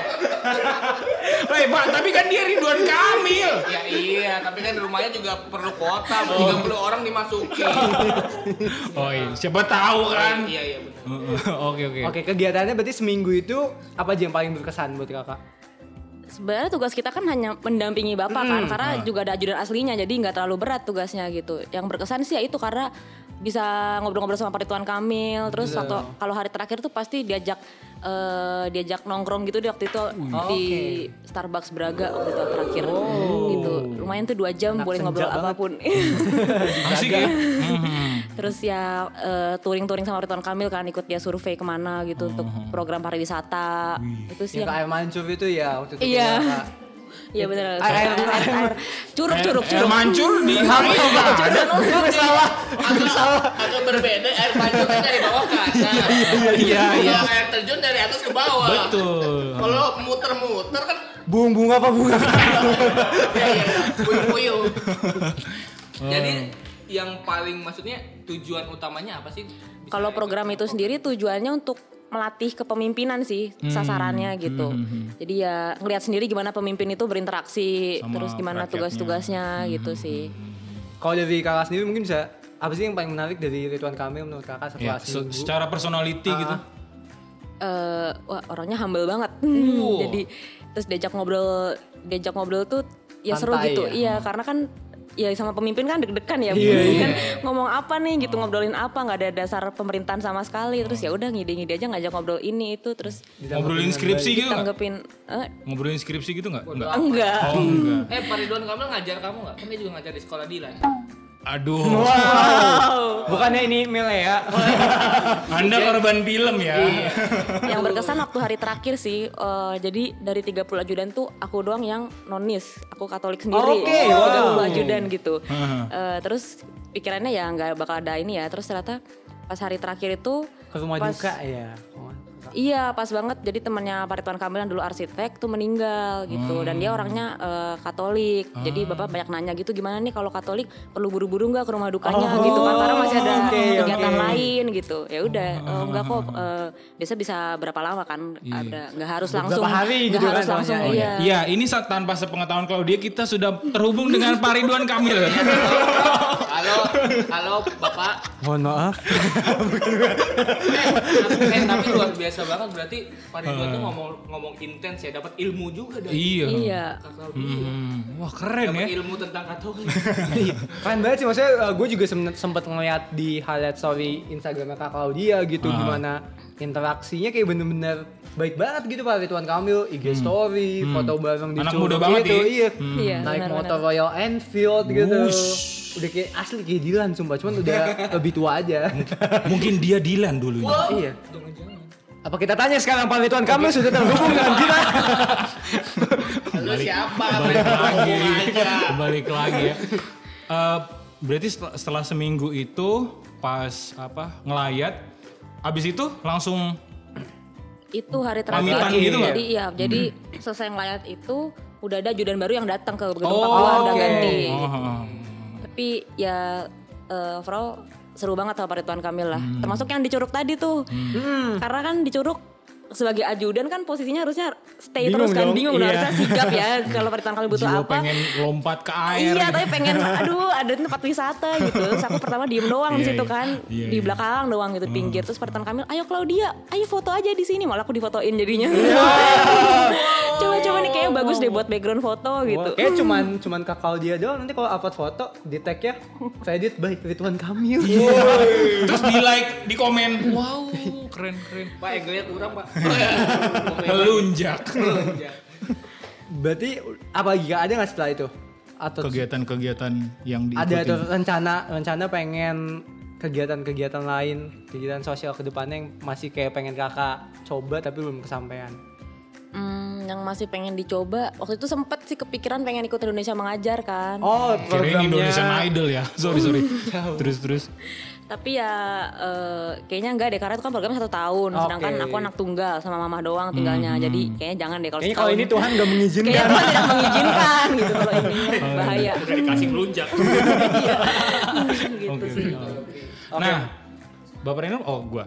S1: Eh, Pak, tapi kan dia Ridwan Kamil.
S3: ya iya, tapi kan rumahnya juga perlu kota, 30 orang dimasuki.
S1: Oh, iya. siapa tahu kan.
S3: Iya, iya benar.
S1: Oke, oke.
S2: Oke, kegiatannya berarti seminggu itu apa aja yang paling berkesan buat kakak?
S4: Sebenarnya tugas kita kan hanya mendampingi bapak kan, karena
S2: Ah.
S4: juga ada ajudan aslinya, jadi nggak terlalu berat tugasnya gitu. Yang berkesan sih ya itu karena bisa ngobrol-ngobrol sama Pak Ridwan Kamil, terus
S2: Iya.
S4: waktu kalau hari terakhir tuh pasti diajak eh, diajak nongkrong gitu di
S2: Oh,
S4: waktu itu
S2: iya.
S4: di Starbucks Braga waktu itu terakhir gitu. Lumayan tuh dua jam boleh
S2: senja
S4: ngobrol
S2: banget.
S4: apapun.
S1: Asik ya. Mhm.
S4: Terus ya eh, touring-touring sama Ridwan Kamil kan ikut dia survei kemana gitu untuk
S2: Hmm.
S4: program pariwisata. Itu sih
S2: Yang ke
S4: yang-
S2: air mancur itu ya waktu itu.
S1: Gitu
S4: Iya.
S2: kita-
S4: Iya benar.
S2: Air- air-
S4: Curup curup
S1: Air
S4: curup.
S1: mancur di hari
S2: Gue salah.
S3: Agak, agak berbeda air mancur kan dari bawah ke atas.
S1: Iya, iya.
S3: Kalau air terjun dari atas ke bawah.
S1: Betul.
S3: Kalau muter-muter kan
S2: Bung bunga apa bunga?
S3: ya ya, puyuh-puyuh. Jadi
S1: Hmm.
S3: yang paling maksudnya tujuan utamanya apa sih? Bisa
S4: Kalau
S3: ikut
S4: program itu sendiri tujuannya untuk melatih kepemimpinan sih
S1: Hmm.
S4: sasarannya gitu. Jadi ya ngelihat sendiri gimana pemimpin itu berinteraksi,
S1: Sama
S4: terus gimana
S1: rakyatnya. Hmm,
S4: tugas-tugasnya gitu sih.
S2: Kalau dari kakak sendiri mungkin bisa apa sih yang paling menarik dari Ridwan Kamil menurut kakak
S1: Ya,
S2: setelah
S1: se-
S2: seminggu?
S1: secara personality gitu.
S4: eh wah orangnya humble banget. Hmm, Jadi terus diajak ngobrol, diajak ngobrol tuh ya seru
S2: Santai ya?
S4: gitu. Iya, karena kan ya sama pemimpin kan deg-degan ya. kan ngomong apa nih gitu, ngobrolin apa nggak ada dasar pemerintahan sama sekali. Terus ya udah ngide-ngide aja ngajak ngobrol ini itu terus
S1: Ngobrolin skripsi gitu nggak?
S4: tanggepin eh,
S1: Ngobrolin skripsi gitu nggak? Enggak.
S4: enggak.
S1: Oh, enggak.
S3: Eh, Pak Ridwan Kamil ngajar kamu nggak? Kan dia kan? juga ngajar di sekolah Dilan.
S1: Aduh,
S2: Bukannya ini Mil ya?
S1: Anda korban film ya.
S4: yang berkesan waktu hari terakhir sih eh, jadi dari 30 ajudan tuh aku doang yang nonis aku katolik sendiri
S2: Oke, wow.
S4: 30 ajudan gitu Eh, terus pikirannya ya nggak bakal ada ini ya terus ternyata pas hari terakhir itu
S2: Ke rumah
S4: pas-
S2: duka ya.
S4: Iya pas banget jadi temannya Pak Ridwan Kamil yang dulu arsitek tuh meninggal gitu dan
S2: Hmm.
S4: dia orangnya eh, Katolik jadi
S2: Ah.
S4: bapak banyak nanya gitu gimana nih kalau Katolik perlu buru-buru nggak ke rumah dukanya gitu kan karena masih ada
S2: Oh, oke, Ah,
S4: kegiatan
S2: oke.
S4: lain gitu ya udah oh, nggak kok eh, biasa bisa berapa lama kan ada nggak harus langsung
S2: Iya. hari
S4: nggak
S2: gitu
S4: harus
S2: kan
S4: langsung
S2: soalnya.
S4: iya
S1: Iya, ini saat tanpa sepengetahuan Claudia kita sudah terhubung dengan Pak Ridwan Kamil.
S3: Halo, halo Bapak.
S2: Mohon maaf.
S3: Eh, tapi luar biasa banget berarti Pak Ridwan tuh ngomong ngomong intens ya, dapat ilmu juga dari
S1: Hmm. iya.
S4: iya
S3: Kakak
S1: Hmm, Wah, keren ya.
S3: ilmu tentang Katolik.
S1: Hmm.
S2: Iya, Keren banget sih maksudnya gue juga sem- sempet ngeliat di highlight story Instagramnya Kak Claudia gitu
S1: Ah.
S2: gimana interaksinya kayak bener-bener baik banget gitu Pak Ridwan Kamil IG story foto bareng di
S1: Hmm. Anak
S2: Curug
S1: muda banget
S2: gitu,
S1: ya.
S2: iya.
S4: Iya,
S2: naik
S4: benar-benar.
S2: motor Royal Enfield gitu
S1: Wush.
S2: udah kayak asli kayak Dilan sumpah cuman udah lebih tua aja
S1: Mungkin dia Dilan dulu.
S2: iya apa kita tanya sekarang Pak Ridwan Kamil sudah terhubung dengan kita
S3: Lu siapa?
S1: balik lagi
S3: Ngomong aja.
S1: balik lagi ya Eh, berarti setel- setelah, seminggu itu pas apa ngelayat abis itu langsung
S4: itu hari terakhir
S1: Pamitan gitu nggak?
S4: jadi iya jadi selesai ngelayat itu udah ada ajudan baru yang datang ke gedung
S1: Oh,
S4: Pakuan udah
S2: oke.
S4: ganti
S1: oh, oh,
S4: Tapi ya eh overall seru banget sama Pak Ridwan Kamil lah.
S1: Hmm.
S4: Termasuk yang di Curug tadi tuh. Karena kan di Curug sebagai ajudan kan posisinya harusnya stay
S2: Bingung
S4: terus kan
S2: dong,
S4: bingung udah
S2: iya.
S4: harusnya sigap ya kalau Pak Ridwan Kamil butuh
S1: jiwa
S4: apa.
S1: pengen lompat ke air
S2: gitu.
S1: gitu.
S4: Iya, tapi pengen aduh ada tempat wisata gitu. Terus aku pertama diem doang di
S1: Iya,
S4: situ
S1: iya.
S4: kan,
S1: Iya,
S4: di
S1: iya.
S4: belakang doang gitu di
S2: Hmm. Iya.
S4: pinggir. Terus Pak Ridwan Kamil, "Ayo Claudia, ayo foto aja di sini." Malah aku difotoin jadinya. coba-coba nih kayaknya bagus deh buat background foto gitu.
S2: Oh, Kayak cuman cuman kakao dia doang nanti kalau upload foto di tag ya Reddit by Ridwan Kamil. Iya.
S1: Terus di like, di komen. Wow, keren keren.
S3: Pak egelnya kurang pak.
S1: Iya. Melunjak.
S2: Berarti apa lagi Kak? ada nggak setelah itu? Atau
S1: Kegiatan-kegiatan yang diikuti.
S2: ada atau rencana rencana pengen kegiatan-kegiatan lain kegiatan sosial kedepannya yang masih kayak pengen kakak coba tapi belum kesampaian.
S4: Hmm, yang masih pengen dicoba. Waktu itu sempet sih kepikiran pengen ikut Indonesia mengajar kan.
S2: Oh
S1: Kirain Indonesian
S2: programnya.
S1: Idol ya. Sorry sorry. terus terus.
S4: Tapi ya eh, kayaknya enggak deh karena itu kan programnya satu tahun. Sedangkan
S2: Oke. Hmm,
S4: aku anak tunggal sama mama doang tinggalnya. Jadi kayaknya jangan deh kalau
S2: Kayaknya kalau
S4: setahun.
S2: ini Tuhan Oh, gak
S4: Kayaknya
S2: mengizinkan.
S4: Tuhan tidak mengizinkan gitu kalau ini
S2: iya.
S4: bahaya.
S3: Udah dikasih melunjak.
S4: Iya. gitu sih.
S1: Nah, Bapak Reno, oh gua.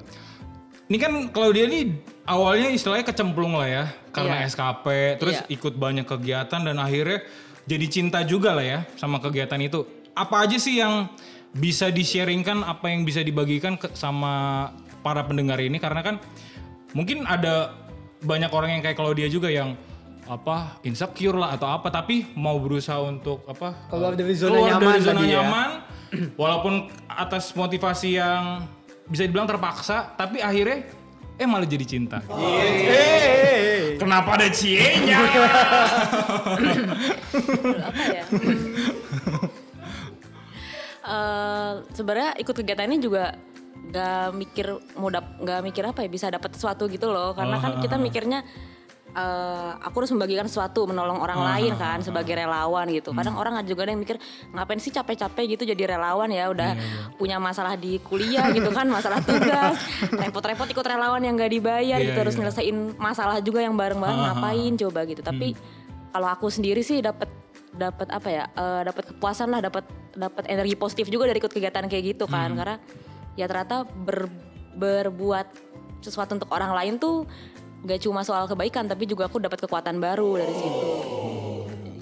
S1: Ini kan kalau dia nih awalnya istilahnya kecemplung lah ya karena
S4: Iya.
S1: SKP, terus
S4: Iya.
S1: ikut banyak kegiatan dan akhirnya jadi cinta juga lah ya sama kegiatan itu. Apa aja sih yang bisa di-sharingkan, apa yang bisa dibagikan ke, sama para pendengar ini karena kan mungkin ada banyak orang yang kayak kalau dia juga yang apa insecure lah atau apa tapi mau berusaha untuk apa eh,
S2: Keluar dari zona
S1: keluar
S2: nyaman
S1: dari zona
S2: tadi ya.
S1: nyaman, walaupun atas motivasi yang bisa dibilang terpaksa tapi akhirnya eh malah jadi cinta
S4: Iya,
S1: kenapa ada cienya
S4: apa ya? Hmm. Eh, sebenarnya ikut kegiatan ini juga gak mikir mau dap gak mikir apa ya bisa dapat sesuatu gitu loh karena kan kita
S1: Oh.
S4: mikirnya eh, aku harus membagikan sesuatu menolong
S1: Oh.
S4: orang lain kan sebagai relawan gitu kadang
S1: Hmm.
S4: orang ada juga ada yang mikir ngapain sih capek-capek gitu jadi relawan ya udah
S1: Iya,
S4: punya masalah di kuliah gitu kan masalah tugas repot-repot ikut relawan yang gak dibayar
S1: Iya,
S4: gitu harus
S1: iya.
S4: nyelesain masalah juga yang bareng-bareng ngapain coba gitu
S1: Hmm.
S4: tapi kalau aku sendiri sih dapat dapat apa ya eh, dapat kepuasan lah dapat dapat energi positif juga dari ikut kegiatan kayak gitu kan
S1: Hmm.
S4: karena ya ternyata ber- berbuat sesuatu untuk orang lain tuh gak cuma soal kebaikan tapi juga aku dapat kekuatan baru dari situ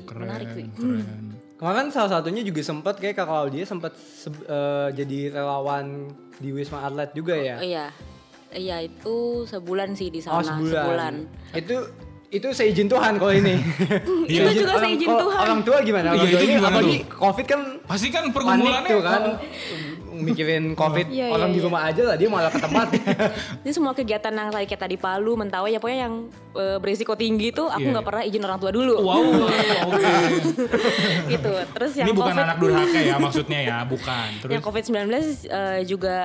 S1: keren
S4: Menarik sih.
S1: keren
S4: Hmm.
S2: Kemarin salah satunya juga sempat kayak kakak dia sempat se- eh, jadi relawan di Wisma Atlet juga ya.
S4: Oh, iya iya itu sebulan sih di
S2: Oh
S4: sana
S2: sebulan. Itu itu seizin Tuhan kalau ini.
S4: Itu
S2: Seizin-
S4: juga seizin
S2: kalau
S4: Tuhan.
S2: Orang tua gimana? Orang
S1: Iya,
S2: tua
S1: itu
S2: ini
S1: gimana
S2: apalagi Covid kan
S1: pasti kan
S2: panik
S1: pergumulannya
S2: tuh kan. Mikirin Covid
S4: Iya,
S2: orang
S4: iya,
S2: di
S4: iya.
S2: rumah aja lah dia malah ke tempat.
S4: Jadi semua kegiatan yang tadi kayak tadi Palu, Mentawai ya pokoknya yang eh, berisiko tinggi tuh aku
S1: Iya,
S4: nggak
S1: iya.
S4: pernah izin orang tua dulu.
S1: wow oke
S4: gitu. Terus yang
S1: ini bukan
S4: COVID
S1: anak durhaka ya maksudnya ya bukan terus
S4: Yang COVID-19 eh, juga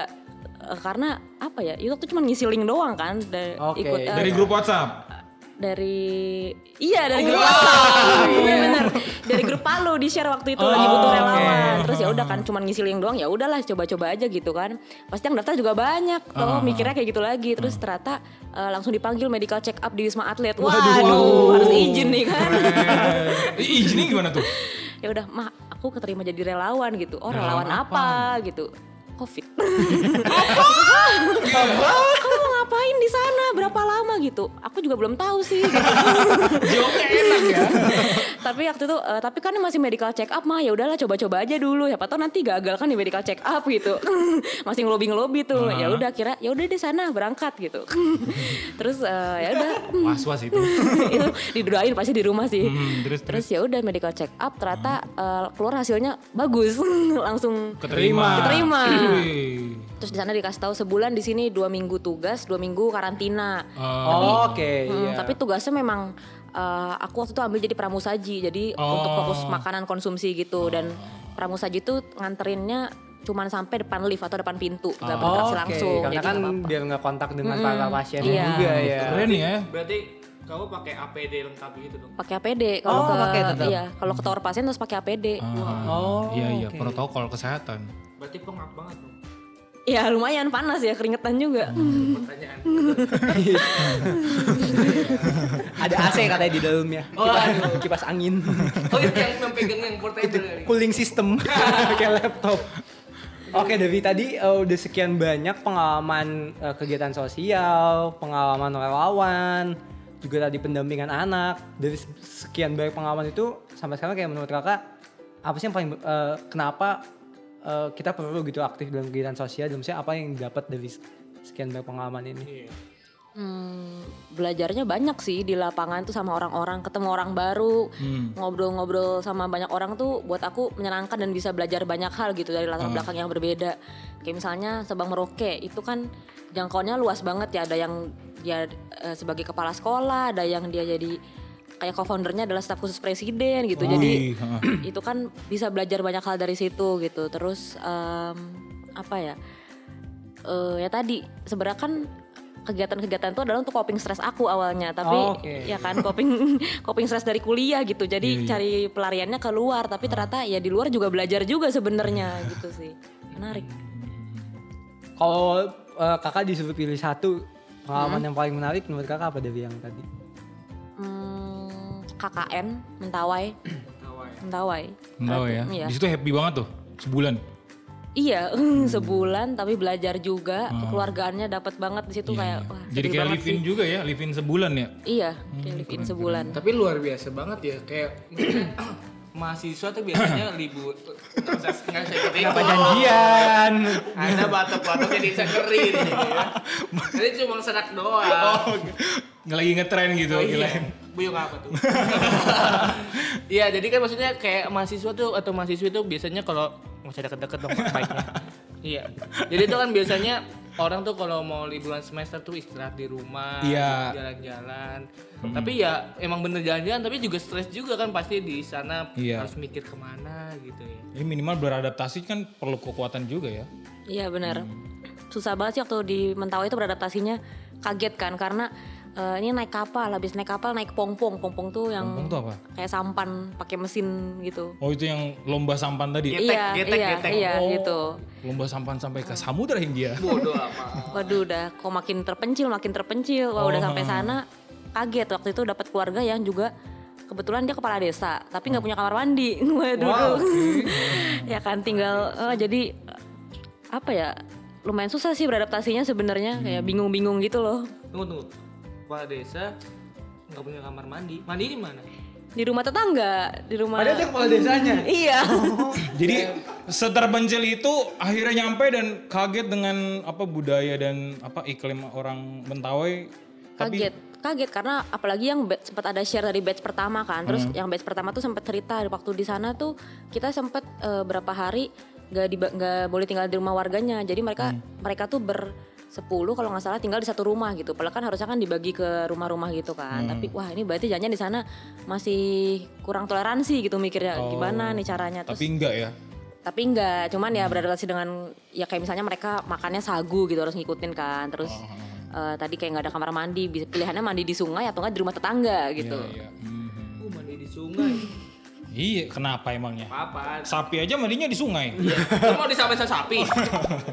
S4: eh, karena apa ya? Itu aku cuma ngisi link doang kan da-
S2: Oke.
S4: ikut eh,
S1: dari grup WhatsApp
S4: dari iya dari grup WhatsApp. Iya, benar. Dari grup Palu di share waktu itu lagi butuh relawan. Terus ya udah kan cuma ngisi link doang ya udahlah coba-coba aja gitu kan. Pasti yang daftar juga banyak tuh mikirnya kayak gitu lagi. Terus ternyata eh, langsung dipanggil medical check up di Wisma Atlet. Waduh, harus izin nih kan.
S1: eh, izinnya gimana tuh
S4: ya udah mah aku keterima jadi relawan gitu oh relawan, apa? gitu covid apa kamu mau ngapain di sana berapa lama gitu aku juga belum tahu sih gitu.
S1: jawabnya enak ya
S4: tapi waktu itu eh, tapi kan masih medical check up mah ya udahlah coba-coba aja dulu siapa tahu nanti gagal kan di medical check up gitu masih ngelobi ngelobi tuh ya udah kira ya udah di sana berangkat gitu terus eh, ya udah
S1: was was itu
S4: itu didoain pasti di rumah sih
S1: Hmm, terus,
S4: terus ya udah medical check up ternyata eh, keluar hasilnya bagus langsung
S1: keterima
S4: Keterima.
S1: Wih.
S4: terus di sana dikasih tahu sebulan di sini dua minggu tugas dua minggu karantina
S1: Eh,
S2: Oh, Oke,
S4: Hmm,
S2: iya.
S4: tapi tugasnya memang eh, aku waktu itu ambil jadi pramusaji jadi
S1: Oh.
S4: untuk fokus makanan konsumsi gitu
S2: Oh.
S4: dan pramusaji itu nganterinnya cuman sampai depan lift atau depan pintu nggak
S2: Oh,
S4: berinteraksi
S2: Oke,
S4: langsung
S2: karena
S4: jadi
S2: kan
S4: nggak apa-apa.
S2: biar nggak kontak dengan para pasien
S4: Iya.
S2: juga ya.
S1: keren ya
S3: Berarti kamu pakai APD lengkap gitu dong.
S4: pakai APD kalau
S2: Oh,
S4: ke
S2: pakai tetap.
S4: iya kalau ke tower pasien terus pakai APD
S2: Oh,
S1: iya iya
S2: oke.
S1: protokol kesehatan
S3: Berarti pengap banget dong.
S4: ya lumayan panas ya keringetan juga
S2: Hmm.
S3: Pertanyaan.
S2: Ada AC katanya di dalamnya.
S3: Oh,
S2: Kipas-
S3: aduh.
S2: kipas angin.
S3: Oh itu yang yang pegang yang portable.
S2: cooling system pakai laptop. Oke Devi tadi eh, udah sekian banyak pengalaman eh, kegiatan sosial, pengalaman relawan, juga tadi pendampingan anak. Dari se- sekian banyak pengalaman itu sampai sekarang kayak menurut kakak apa sih yang paling eh, kenapa eh, kita perlu gitu aktif dalam kegiatan sosial? Dan maksudnya apa yang dapat dari se- sekian banyak pengalaman ini?
S3: Iya.
S4: Hmm, belajarnya banyak sih di lapangan tuh sama orang-orang, ketemu orang baru, ngobrol-ngobrol sama banyak orang tuh buat aku menyenangkan dan bisa belajar banyak hal gitu dari latar belakang yang berbeda. Kayak misalnya Sebang Merauke itu kan jangkauannya luas banget ya, ada yang dia eh, sebagai kepala sekolah, ada yang dia jadi kayak co-foundernya adalah staf khusus presiden gitu.
S1: Wih,
S4: Jadi
S1: heeh.
S4: itu kan bisa belajar banyak hal dari situ gitu. Terus em, apa ya? Eh, ya tadi sebenarnya kan kegiatan-kegiatan itu adalah untuk coping stres aku awalnya, tapi
S2: Oke.
S4: ya kan coping coping stres dari kuliah gitu.
S1: Iya, Ah.
S4: Jadi
S1: iya.
S4: cari pelariannya keluar, tapi ternyata ya di luar juga belajar juga sebenarnya
S1: Ah.
S4: gitu sih. Menarik.
S1: Iya.
S2: Kalau eh, kakak disuruh pilih satu pengalaman yang paling menarik menurut kakak apa dari yang tadi?
S4: Hmm, KKN Mentawai. Mentawai.
S1: Tahu ya.
S4: Iya.
S1: Di situ happy banget tuh sebulan.
S4: Iya,
S1: Hmm.
S4: sebulan tapi belajar juga, kekeluargaannya dapat banget di situ kayak wah.
S1: Ah. Iya, Jadi
S4: sedih
S1: kayak
S4: banget
S1: live in
S4: sih.
S1: juga ya, live in sebulan ya.
S4: Iya, kayak live in sebulan.
S3: Tapi luar biasa banget ya kayak mahasiswa tuh biasanya libur nggak usah nggak usah ikut
S2: Apa janjian?
S3: Anda batuk-batuknya disegerin ya. Jadi cuma serak doang.
S1: Nggak lagi ngetren gitu.
S3: Oh,
S1: gila.
S3: iya. Buyung apa tuh? Iya, jadi kan maksudnya kayak mahasiswa tuh atau mahasiswi tuh biasanya kalau nggak usah deket-deket dong baiknya. Iya. Jadi itu kan biasanya orang tuh kalau mau liburan semester tuh istirahat di rumah,
S1: Iya.
S3: jalan-jalan. Tapi ya emang bener jalan-jalan, tapi juga stres juga kan pasti di sana
S1: Iya.
S3: harus mikir kemana gitu ya.
S1: Ya minimal beradaptasi kan perlu kekuatan juga ya.
S4: Iya benar.
S1: Hmm.
S4: Susah banget sih waktu di Mentawai itu beradaptasinya kaget kan karena eh, ini naik kapal, habis naik kapal naik pongpong. Pongpong tuh yang
S1: Pongpong tuh apa?
S4: kayak sampan pakai mesin gitu.
S1: Oh itu yang lomba sampan tadi.
S3: Getek,
S4: iya,
S3: getek,
S4: iya,
S3: getek.
S4: iya
S1: Oh,
S4: gitu.
S1: Lomba sampan sampai ke samudra Hindia.
S3: Bodoh apa?
S4: Waduh udah kok makin terpencil, makin terpencil. Wah, udah sampai sana kaget waktu itu dapat keluarga yang juga kebetulan dia kepala desa, tapi nggak punya kamar mandi. Waduh. ya kan tinggal eh, jadi eh, apa ya? Lumayan susah sih beradaptasinya sebenarnya, kayak bingung-bingung gitu loh.
S3: Tunggu tunggu. Kepala desa nggak punya kamar mandi. Mandi di mana?
S4: Di rumah tetangga, di rumah
S2: Padahal dia kepala desanya.
S4: Iya.
S1: Jadi seterpencil itu akhirnya nyampe dan kaget dengan apa budaya dan apa iklim orang Mentawai. Tapi
S4: kaget kaget karena apalagi yang ba- sempat ada share dari batch pertama kan terus yang batch pertama tuh sempat cerita waktu di sana tuh kita sempat eh, berapa hari nggak di nggak boleh tinggal di rumah warganya jadi mereka mereka tuh ber 10 kalau nggak salah tinggal di satu rumah gitu padahal kan harusnya kan dibagi ke rumah-rumah gitu kan tapi wah ini berarti jangan di sana masih kurang toleransi gitu mikirnya gimana nih caranya terus
S1: tapi enggak ya.
S4: tapi enggak cuman ya beradaptasi dengan ya kayak misalnya mereka makannya sagu gitu harus ngikutin kan terus eh, tadi kayak nggak ada kamar mandi bisa- pilihannya mandi di sungai atau enggak di rumah tetangga gitu
S1: Iya. Mhm.
S3: Oh, mandi di sungai.
S1: Iya, kenapa emangnya?
S3: Apa?
S1: Sapi aja mandinya di sungai.
S3: Iya. Lu mau disamain sama sapi?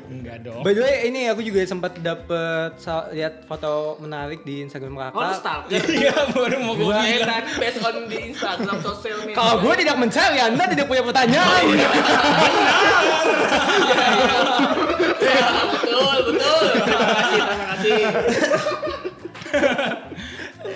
S1: enggak dong.
S2: By the way ini aku juga sempat dapet sa- lihat foto menarik di Instagram
S3: Oh, lu
S2: kakak.
S3: stalker.
S1: Iya, baru mau gue
S3: Gua tadi based on di Instagram sosial media.
S2: Kalau gue tidak mencari, anda tidak punya pertanyaan.
S4: Oh, iya.
S3: betul, betul. Terima kasih, terima kasih.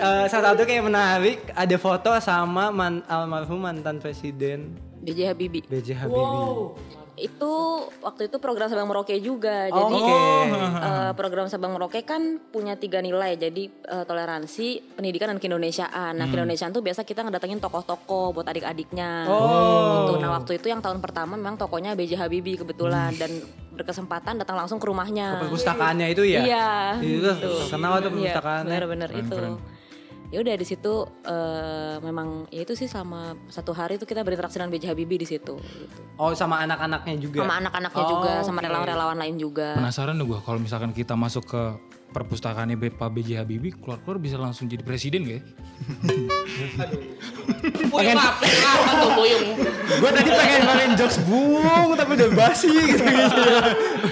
S2: Eh, salah satu kayak menarik ada foto sama man- almarhum mantan presiden
S4: BJ Habibie
S2: BJ Habibie.
S4: itu waktu itu program Sabang Merauke juga jadi
S2: Oke.
S4: eh, program Sabang Merauke kan punya tiga nilai jadi eh, toleransi pendidikan dan keindonesiaan nah keindonesiaan tuh biasa kita ngedatengin tokoh-tokoh buat adik-adiknya gitu. nah waktu itu yang tahun pertama memang tokohnya BJ Habibie kebetulan dan berkesempatan datang langsung ke rumahnya
S2: Perpustakaannya itu ya?
S4: Iya.
S2: Itu kenal tuh
S4: Iya,
S2: perpustakaannya.
S4: benar-benar itu. Ya udah di situ eh, memang ya itu sih sama satu hari itu kita berinteraksi dengan BJ Habibie di situ gitu.
S2: Oh sama anak-anaknya juga. Oh,
S4: Sama anak-anaknya juga, sama relawan-relawan lain juga.
S1: Penasaran deh gue kalau misalkan kita masuk ke perpustakaannya Pak BJ Habibie, keluar-keluar bisa langsung jadi presiden gak ya?
S3: Puyung apa? Apa tuh puyung?
S2: Gue tadi pengen ngomongin jokes bung tapi udah basi gitu gitu.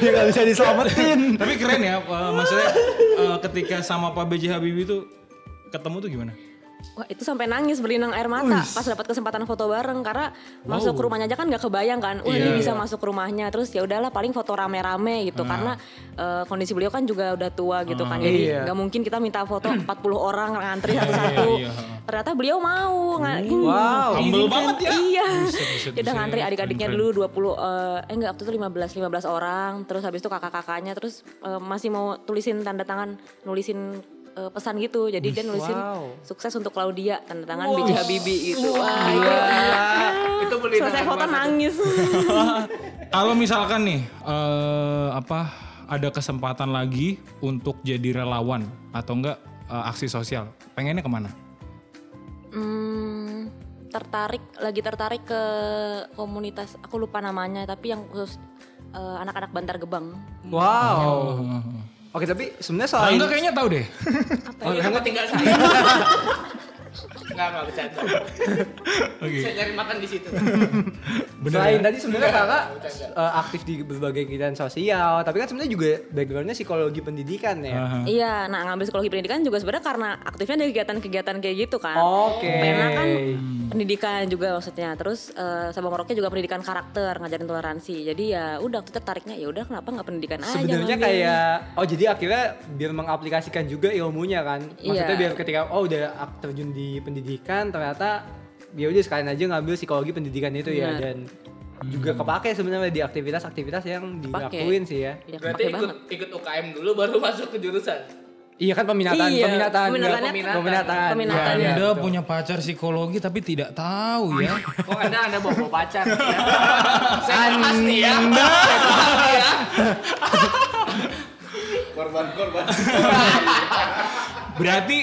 S2: Udah nggak bisa diselamatin.
S1: Tapi keren ya, eh, maksudnya eh, ketika sama Pak BJ Habibie itu ketemu tuh gimana?
S4: Wah itu sampai nangis berlinang air mata pas dapat kesempatan foto bareng karena masuk ke rumahnya aja kan nggak kebayang kan, wah ini bisa masuk ke rumahnya terus ya udahlah paling foto rame-rame gitu karena eh, kondisi beliau kan juga udah tua gitu kan jadi
S2: Iya.
S4: nggak mungkin kita minta foto 40 orang ngantri satu-satu
S1: iya, iya.
S4: ternyata beliau mau nggak gitu.
S2: Wow.
S1: Humble banget ya.
S4: iya
S1: Buset, buset,
S4: dia udah
S1: buset.
S4: ngantri adik-adiknya
S1: Keren,
S4: dulu 20 eh, eh enggak waktu itu 15 15 orang terus habis itu kakak-kakaknya terus eh, masih mau tulisin tanda tangan nulisin eh, pesan gitu. Jadi dia nulisin
S2: wow.
S4: sukses untuk Claudia tanda tangan BJ Habibie gitu. Wah, itu,
S3: Itu beli
S4: selesai foto nangis.
S1: Kalau misalkan nih eh, apa ada kesempatan lagi untuk jadi relawan atau enggak eh, aksi sosial, pengennya kemana?
S4: Hmm, tertarik lagi tertarik ke komunitas aku lupa namanya tapi yang khusus eh, anak-anak Bantar Gebang.
S2: Wow. Oke tapi sebenarnya selain
S1: enggak kayaknya tahu deh.
S3: Oh, ini tempat tinggal saya. Enggak, enggak bercanda. Saya cari makan di situ.
S2: selain tadi sebenarnya kakak eh, aktif di berbagai kegiatan sosial, tapi kan sebenarnya juga backgroundnya psikologi pendidikan ya.
S4: Iya, nah ngambil psikologi pendidikan juga sebenarnya karena aktifnya dari kegiatan-kegiatan kayak gitu kan.
S2: Oke.
S4: Karena kan pendidikan juga maksudnya. Terus eh, sama Merauke juga pendidikan karakter, ngajarin toleransi. Jadi ya udah aku tertariknya ya udah kenapa nggak pendidikan
S2: Ah,
S4: aja
S2: Sebenarnya
S4: ngambil.
S2: kayak oh jadi akhirnya biar mengaplikasikan juga ilmunya kan. Maksudnya
S4: Iya.
S2: biar ketika oh udah ak- terjun di pendidikan ternyata ya udah sekalian aja ngambil psikologi pendidikan itu ya
S4: Benar.
S2: dan juga kepake sebenarnya di aktivitas-aktivitas yang
S4: Kepake.
S2: dilakuin sih ya.
S4: Ya,
S3: Berarti
S4: kepake
S3: ikut
S4: banget.
S3: ikut UKM dulu baru masuk ke jurusan.
S2: Iya kan peminatan,
S4: Iya,
S2: peminatan,
S4: peminatannya-
S2: peminatan, peminatan.
S4: Peminatan.
S2: Iya,
S1: Anda
S2: betul.
S1: punya pacar psikologi tapi tidak tahu ya.
S3: Oh, Anda Anda bawa, bawa pacar. ya? Saya pasti ya. Saya bahas nih ya.
S5: Korban-korban.
S1: Berarti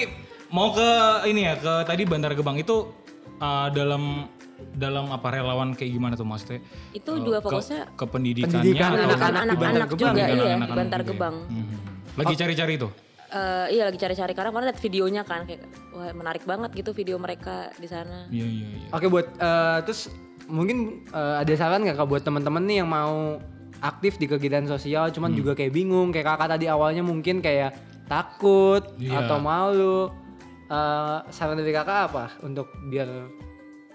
S1: mau ke ini ya ke tadi Bantar Gebang itu eh, dalam dalam apa relawan kayak gimana tuh maksudnya? Eh,
S4: Itu
S2: Oh,
S4: juga
S1: Ke-
S4: fokusnya
S1: ke, pendidikannya
S2: pendidikan
S1: atau-
S2: anak-anak di Bantar
S4: anak-anak
S2: Gebang.
S4: juga
S1: Pendidikan
S4: iya di
S1: anak-anak
S4: Bantar
S1: juga ya.
S4: Gebang.
S1: Mhm. Lagi cari-cari tuh.
S4: Eh, iya lagi cari-cari karena kemarin lihat videonya kan kayak wah menarik banget gitu video mereka di sana.
S1: Iya iya iya.
S2: Oke buat eh, terus mungkin eh, ada saran nggak kak buat teman-teman nih yang mau aktif di kegiatan sosial cuman
S1: Hmm.
S2: juga kayak bingung kayak kakak tadi awalnya mungkin kayak takut
S1: Iya.
S2: atau malu Eh, saran dari kakak apa untuk biar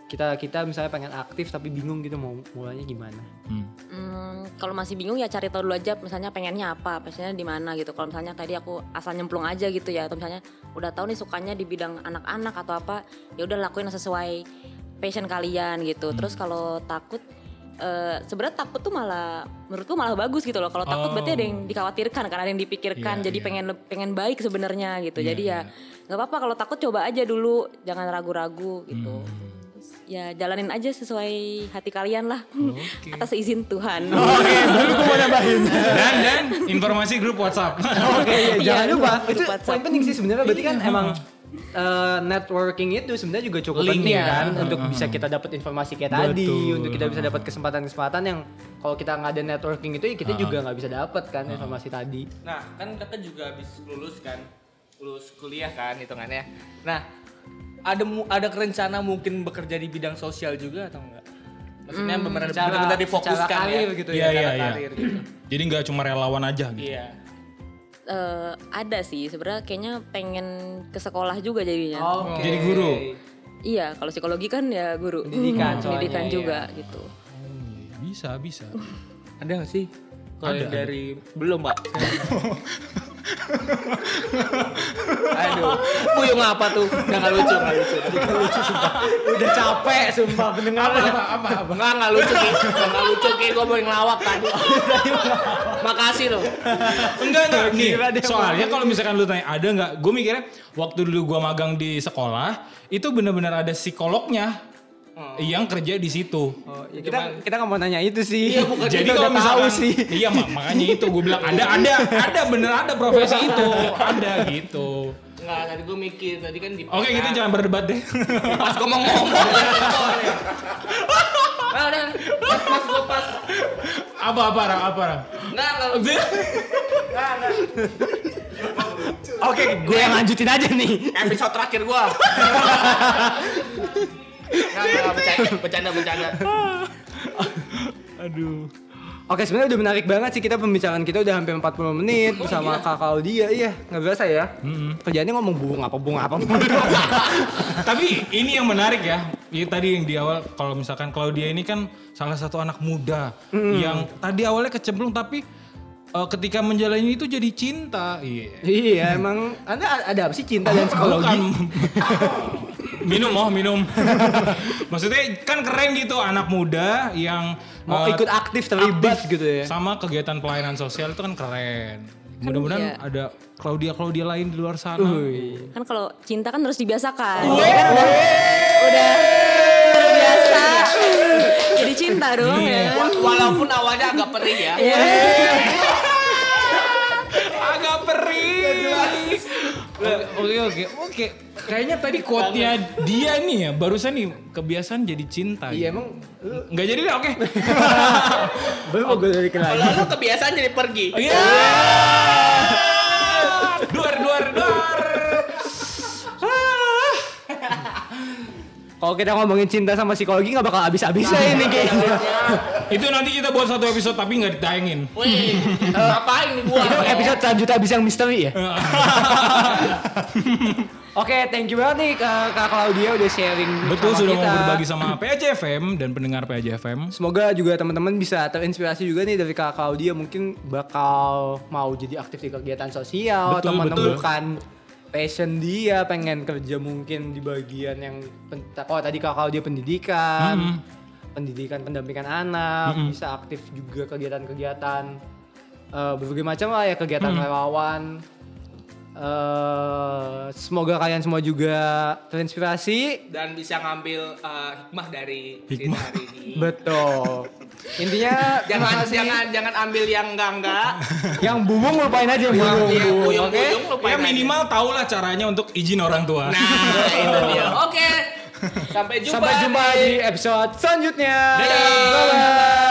S2: kita kita misalnya pengen aktif tapi bingung gitu mau mulainya gimana?
S1: Hmm.
S4: Hmm, kalau masih bingung ya cari tahu dulu aja misalnya pengennya apa, pengennya di mana gitu. Kalau misalnya tadi aku asal nyemplung aja gitu ya atau misalnya udah tahu nih sukanya di bidang anak-anak atau apa, ya udah lakuin sesuai passion kalian
S1: Hmm.
S4: gitu. Terus kalau takut eh, sebenarnya takut tuh malah menurutku malah bagus gitu loh. Kalau takut
S1: Oh.
S4: berarti ada yang dikhawatirkan karena ada yang dipikirkan.
S1: Iya,
S4: jadi
S1: iya.
S4: pengen pengen baik sebenarnya gitu.
S1: Iya,
S4: jadi
S1: iya.
S4: ya nggak apa-apa kalau takut coba aja dulu, jangan ragu-ragu gitu.
S1: Hmm.
S4: Terus Ya jalanin aja sesuai hati kalian lah atas izin Tuhan.
S2: Oh.
S1: dan dan informasi grup WhatsApp.
S2: Oke, iya,
S4: Iya,
S2: jangan lupa.
S4: grup
S2: Itu
S4: WhatsApp.
S2: poin penting sih sebenarnya. Berarti kan emang eh, networking itu sebenarnya juga cukup
S3: Link
S2: penting
S3: ya.
S2: kan untuk bisa kita dapat informasi kayak tadi,
S1: Betul.
S2: untuk kita bisa dapat kesempatan-kesempatan yang kalau kita nggak ada networking itu ya kita juga nggak bisa dapat kan informasi tadi.
S3: Nah, kan kakak juga habis lulus kan, lulus kuliah kan hitungannya. Nah, ada mu- ada rencana mungkin bekerja di bidang sosial juga atau enggak? Maksudnya
S2: secara-
S3: benar-benar difokuskan
S2: secara
S3: ya.
S2: karir gitu
S1: Iya
S2: ya.
S1: iya
S3: Cara
S1: iya.
S3: karir gitu.
S1: Jadi nggak cuma relawan aja gitu.
S3: Iya.
S4: Eh, ada sih sebenarnya kayaknya pengen ke sekolah juga jadinya.
S2: Oke.
S1: Jadi guru.
S4: Iya, kalau psikologi kan ya guru.
S2: Pendidikan
S4: Hmm,
S2: soalnya,
S4: pendidikan
S2: iya.
S4: juga gitu.
S1: Hmm, Bisa bisa.
S3: Ada nggak sih? Kalau
S1: Ada, ada.
S3: dari belum, Mbak. Aduh, puyung apa tuh? Udah nggak lucu, nggak lucu.
S2: Udah capek sumpah pendengar.
S3: apa apa nggak nggak lucu Ki. nggak lucu kayak gue mau ngelawak kan makasih loh
S1: enggak enggak nih.
S2: Gila deh,
S1: Soalnya kalau misalkan lu tanya ada nggak, gue mikirnya waktu dulu gue magang di sekolah itu benar-benar ada psikolognya yang kerja di situ.
S2: Oh, ya kita kita nggak mau nanya itu sih.
S1: Jadi
S2: Kita
S1: kalau
S2: udah
S1: misalkan
S2: tahu sih.
S1: iya mak- makanya itu gue bilang ada ada ada bener ada profesi itu ada gitu.
S3: nggak tadi gue mikir tadi kan di
S1: Oke
S2: Nah.
S1: kita jangan berdebat deh.
S3: pas gue mau ngomong Nah, udah, pas, pas gue pas
S1: apa apa Ra? apa Ra?
S3: nggak nggak lucu nggak nggak
S2: Oke, gue yang lanjutin aja nih.
S3: episode terakhir gue nggak nggak bercanda bercanda bercanda
S1: Aduh.
S2: Oke sebenarnya udah menarik banget sih kita pembicaraan kita udah hampir 40 menit bersama kakak dia iya nggak biasa ya kerjaannya ngomong bung apa bung apa bung
S1: Tapi ini yang menarik ya. Ya tadi yang di awal kalau misalkan Claudia ini kan salah satu anak muda yang tadi awalnya kecemplung tapi eh, ketika menjalani itu jadi cinta. Iya.
S2: iya emang anda a- ada apa sih cinta dan
S1: Bukan.
S2: psikologi
S1: minum oh minum. Maksudnya kan keren gitu anak muda yang
S2: mau
S1: eh,
S2: ikut aktif terlibat gitu ya
S1: sama kegiatan pelayanan sosial itu kan keren. Mudah-mudahan
S4: Iya.
S1: ada Claudia Claudia lain di luar
S2: Uh-huh.
S1: sana.
S4: Kan kalau cinta kan harus dibiasakan.
S2: Iya.
S4: Jadi kan udah, udah terbiasa.
S2: Iya.
S4: Jadi cinta dong ya. kan?
S3: Wa- Walaupun awalnya agak perih ya.
S4: Iya.
S1: Agak perih. Oke oke oke. Kayaknya tadi quote-nya dia nih ya. Barusan nih kebiasaan jadi cinta. gitu.
S2: Iya emang lu
S1: Nggak jadi deh oke.
S2: belum mau gue dari
S3: Kalau
S2: lagi.
S3: lu kebiasaan jadi pergi.
S1: Iya. Duar duar duar. Ah.
S2: Kalau kita ngomongin cinta sama psikologi nggak bakal habis-habisnya ini kayaknya.
S1: Itu nanti kita buat satu episode tapi nggak ditayangin.
S3: Wih, ngapain nih gua?
S2: Itu episode selanjutnya habis yang misteri ya.
S1: Eh.
S2: Oke, thank you banget nih ke Kak Claudia udah sharing
S1: Betul
S2: sama
S1: sudah
S2: kita.
S1: mau berbagi sama PAJFM dan pendengar PAJFM.
S2: Semoga juga teman-teman bisa terinspirasi juga nih dari Kak Claudia mungkin bakal mau jadi aktif di kegiatan sosial atau
S1: Betul,
S2: menemukan passion dia, pengen kerja mungkin di bagian yang pen- kalau tadi Kak Claudia pendidikan, pendidikan pendampingan anak, bisa aktif juga kegiatan-kegiatan eh, berbagai macam lah ya kegiatan relawan. Eh, semoga kalian semua juga terinspirasi
S3: Dan bisa ngambil eh, hikmah dari cerita
S1: Hikmah.
S3: hari ini.
S2: Betul. Intinya
S3: Jangan
S2: terima kasih.
S3: jangan jangan ambil yang enggak enggak.
S2: yang bubung lupain aja yang bubung.
S3: Iya,
S2: bubung,
S3: buyung
S2: Oke.
S3: buyung lupain
S1: Ya
S3: aja.
S1: minimal tahulah caranya untuk izin orang tua.
S3: Nah, itu dia. Oke. Sampai jumpa.
S2: Sampai jumpa di episode selanjutnya.
S3: Dadah.
S2: Bye bye.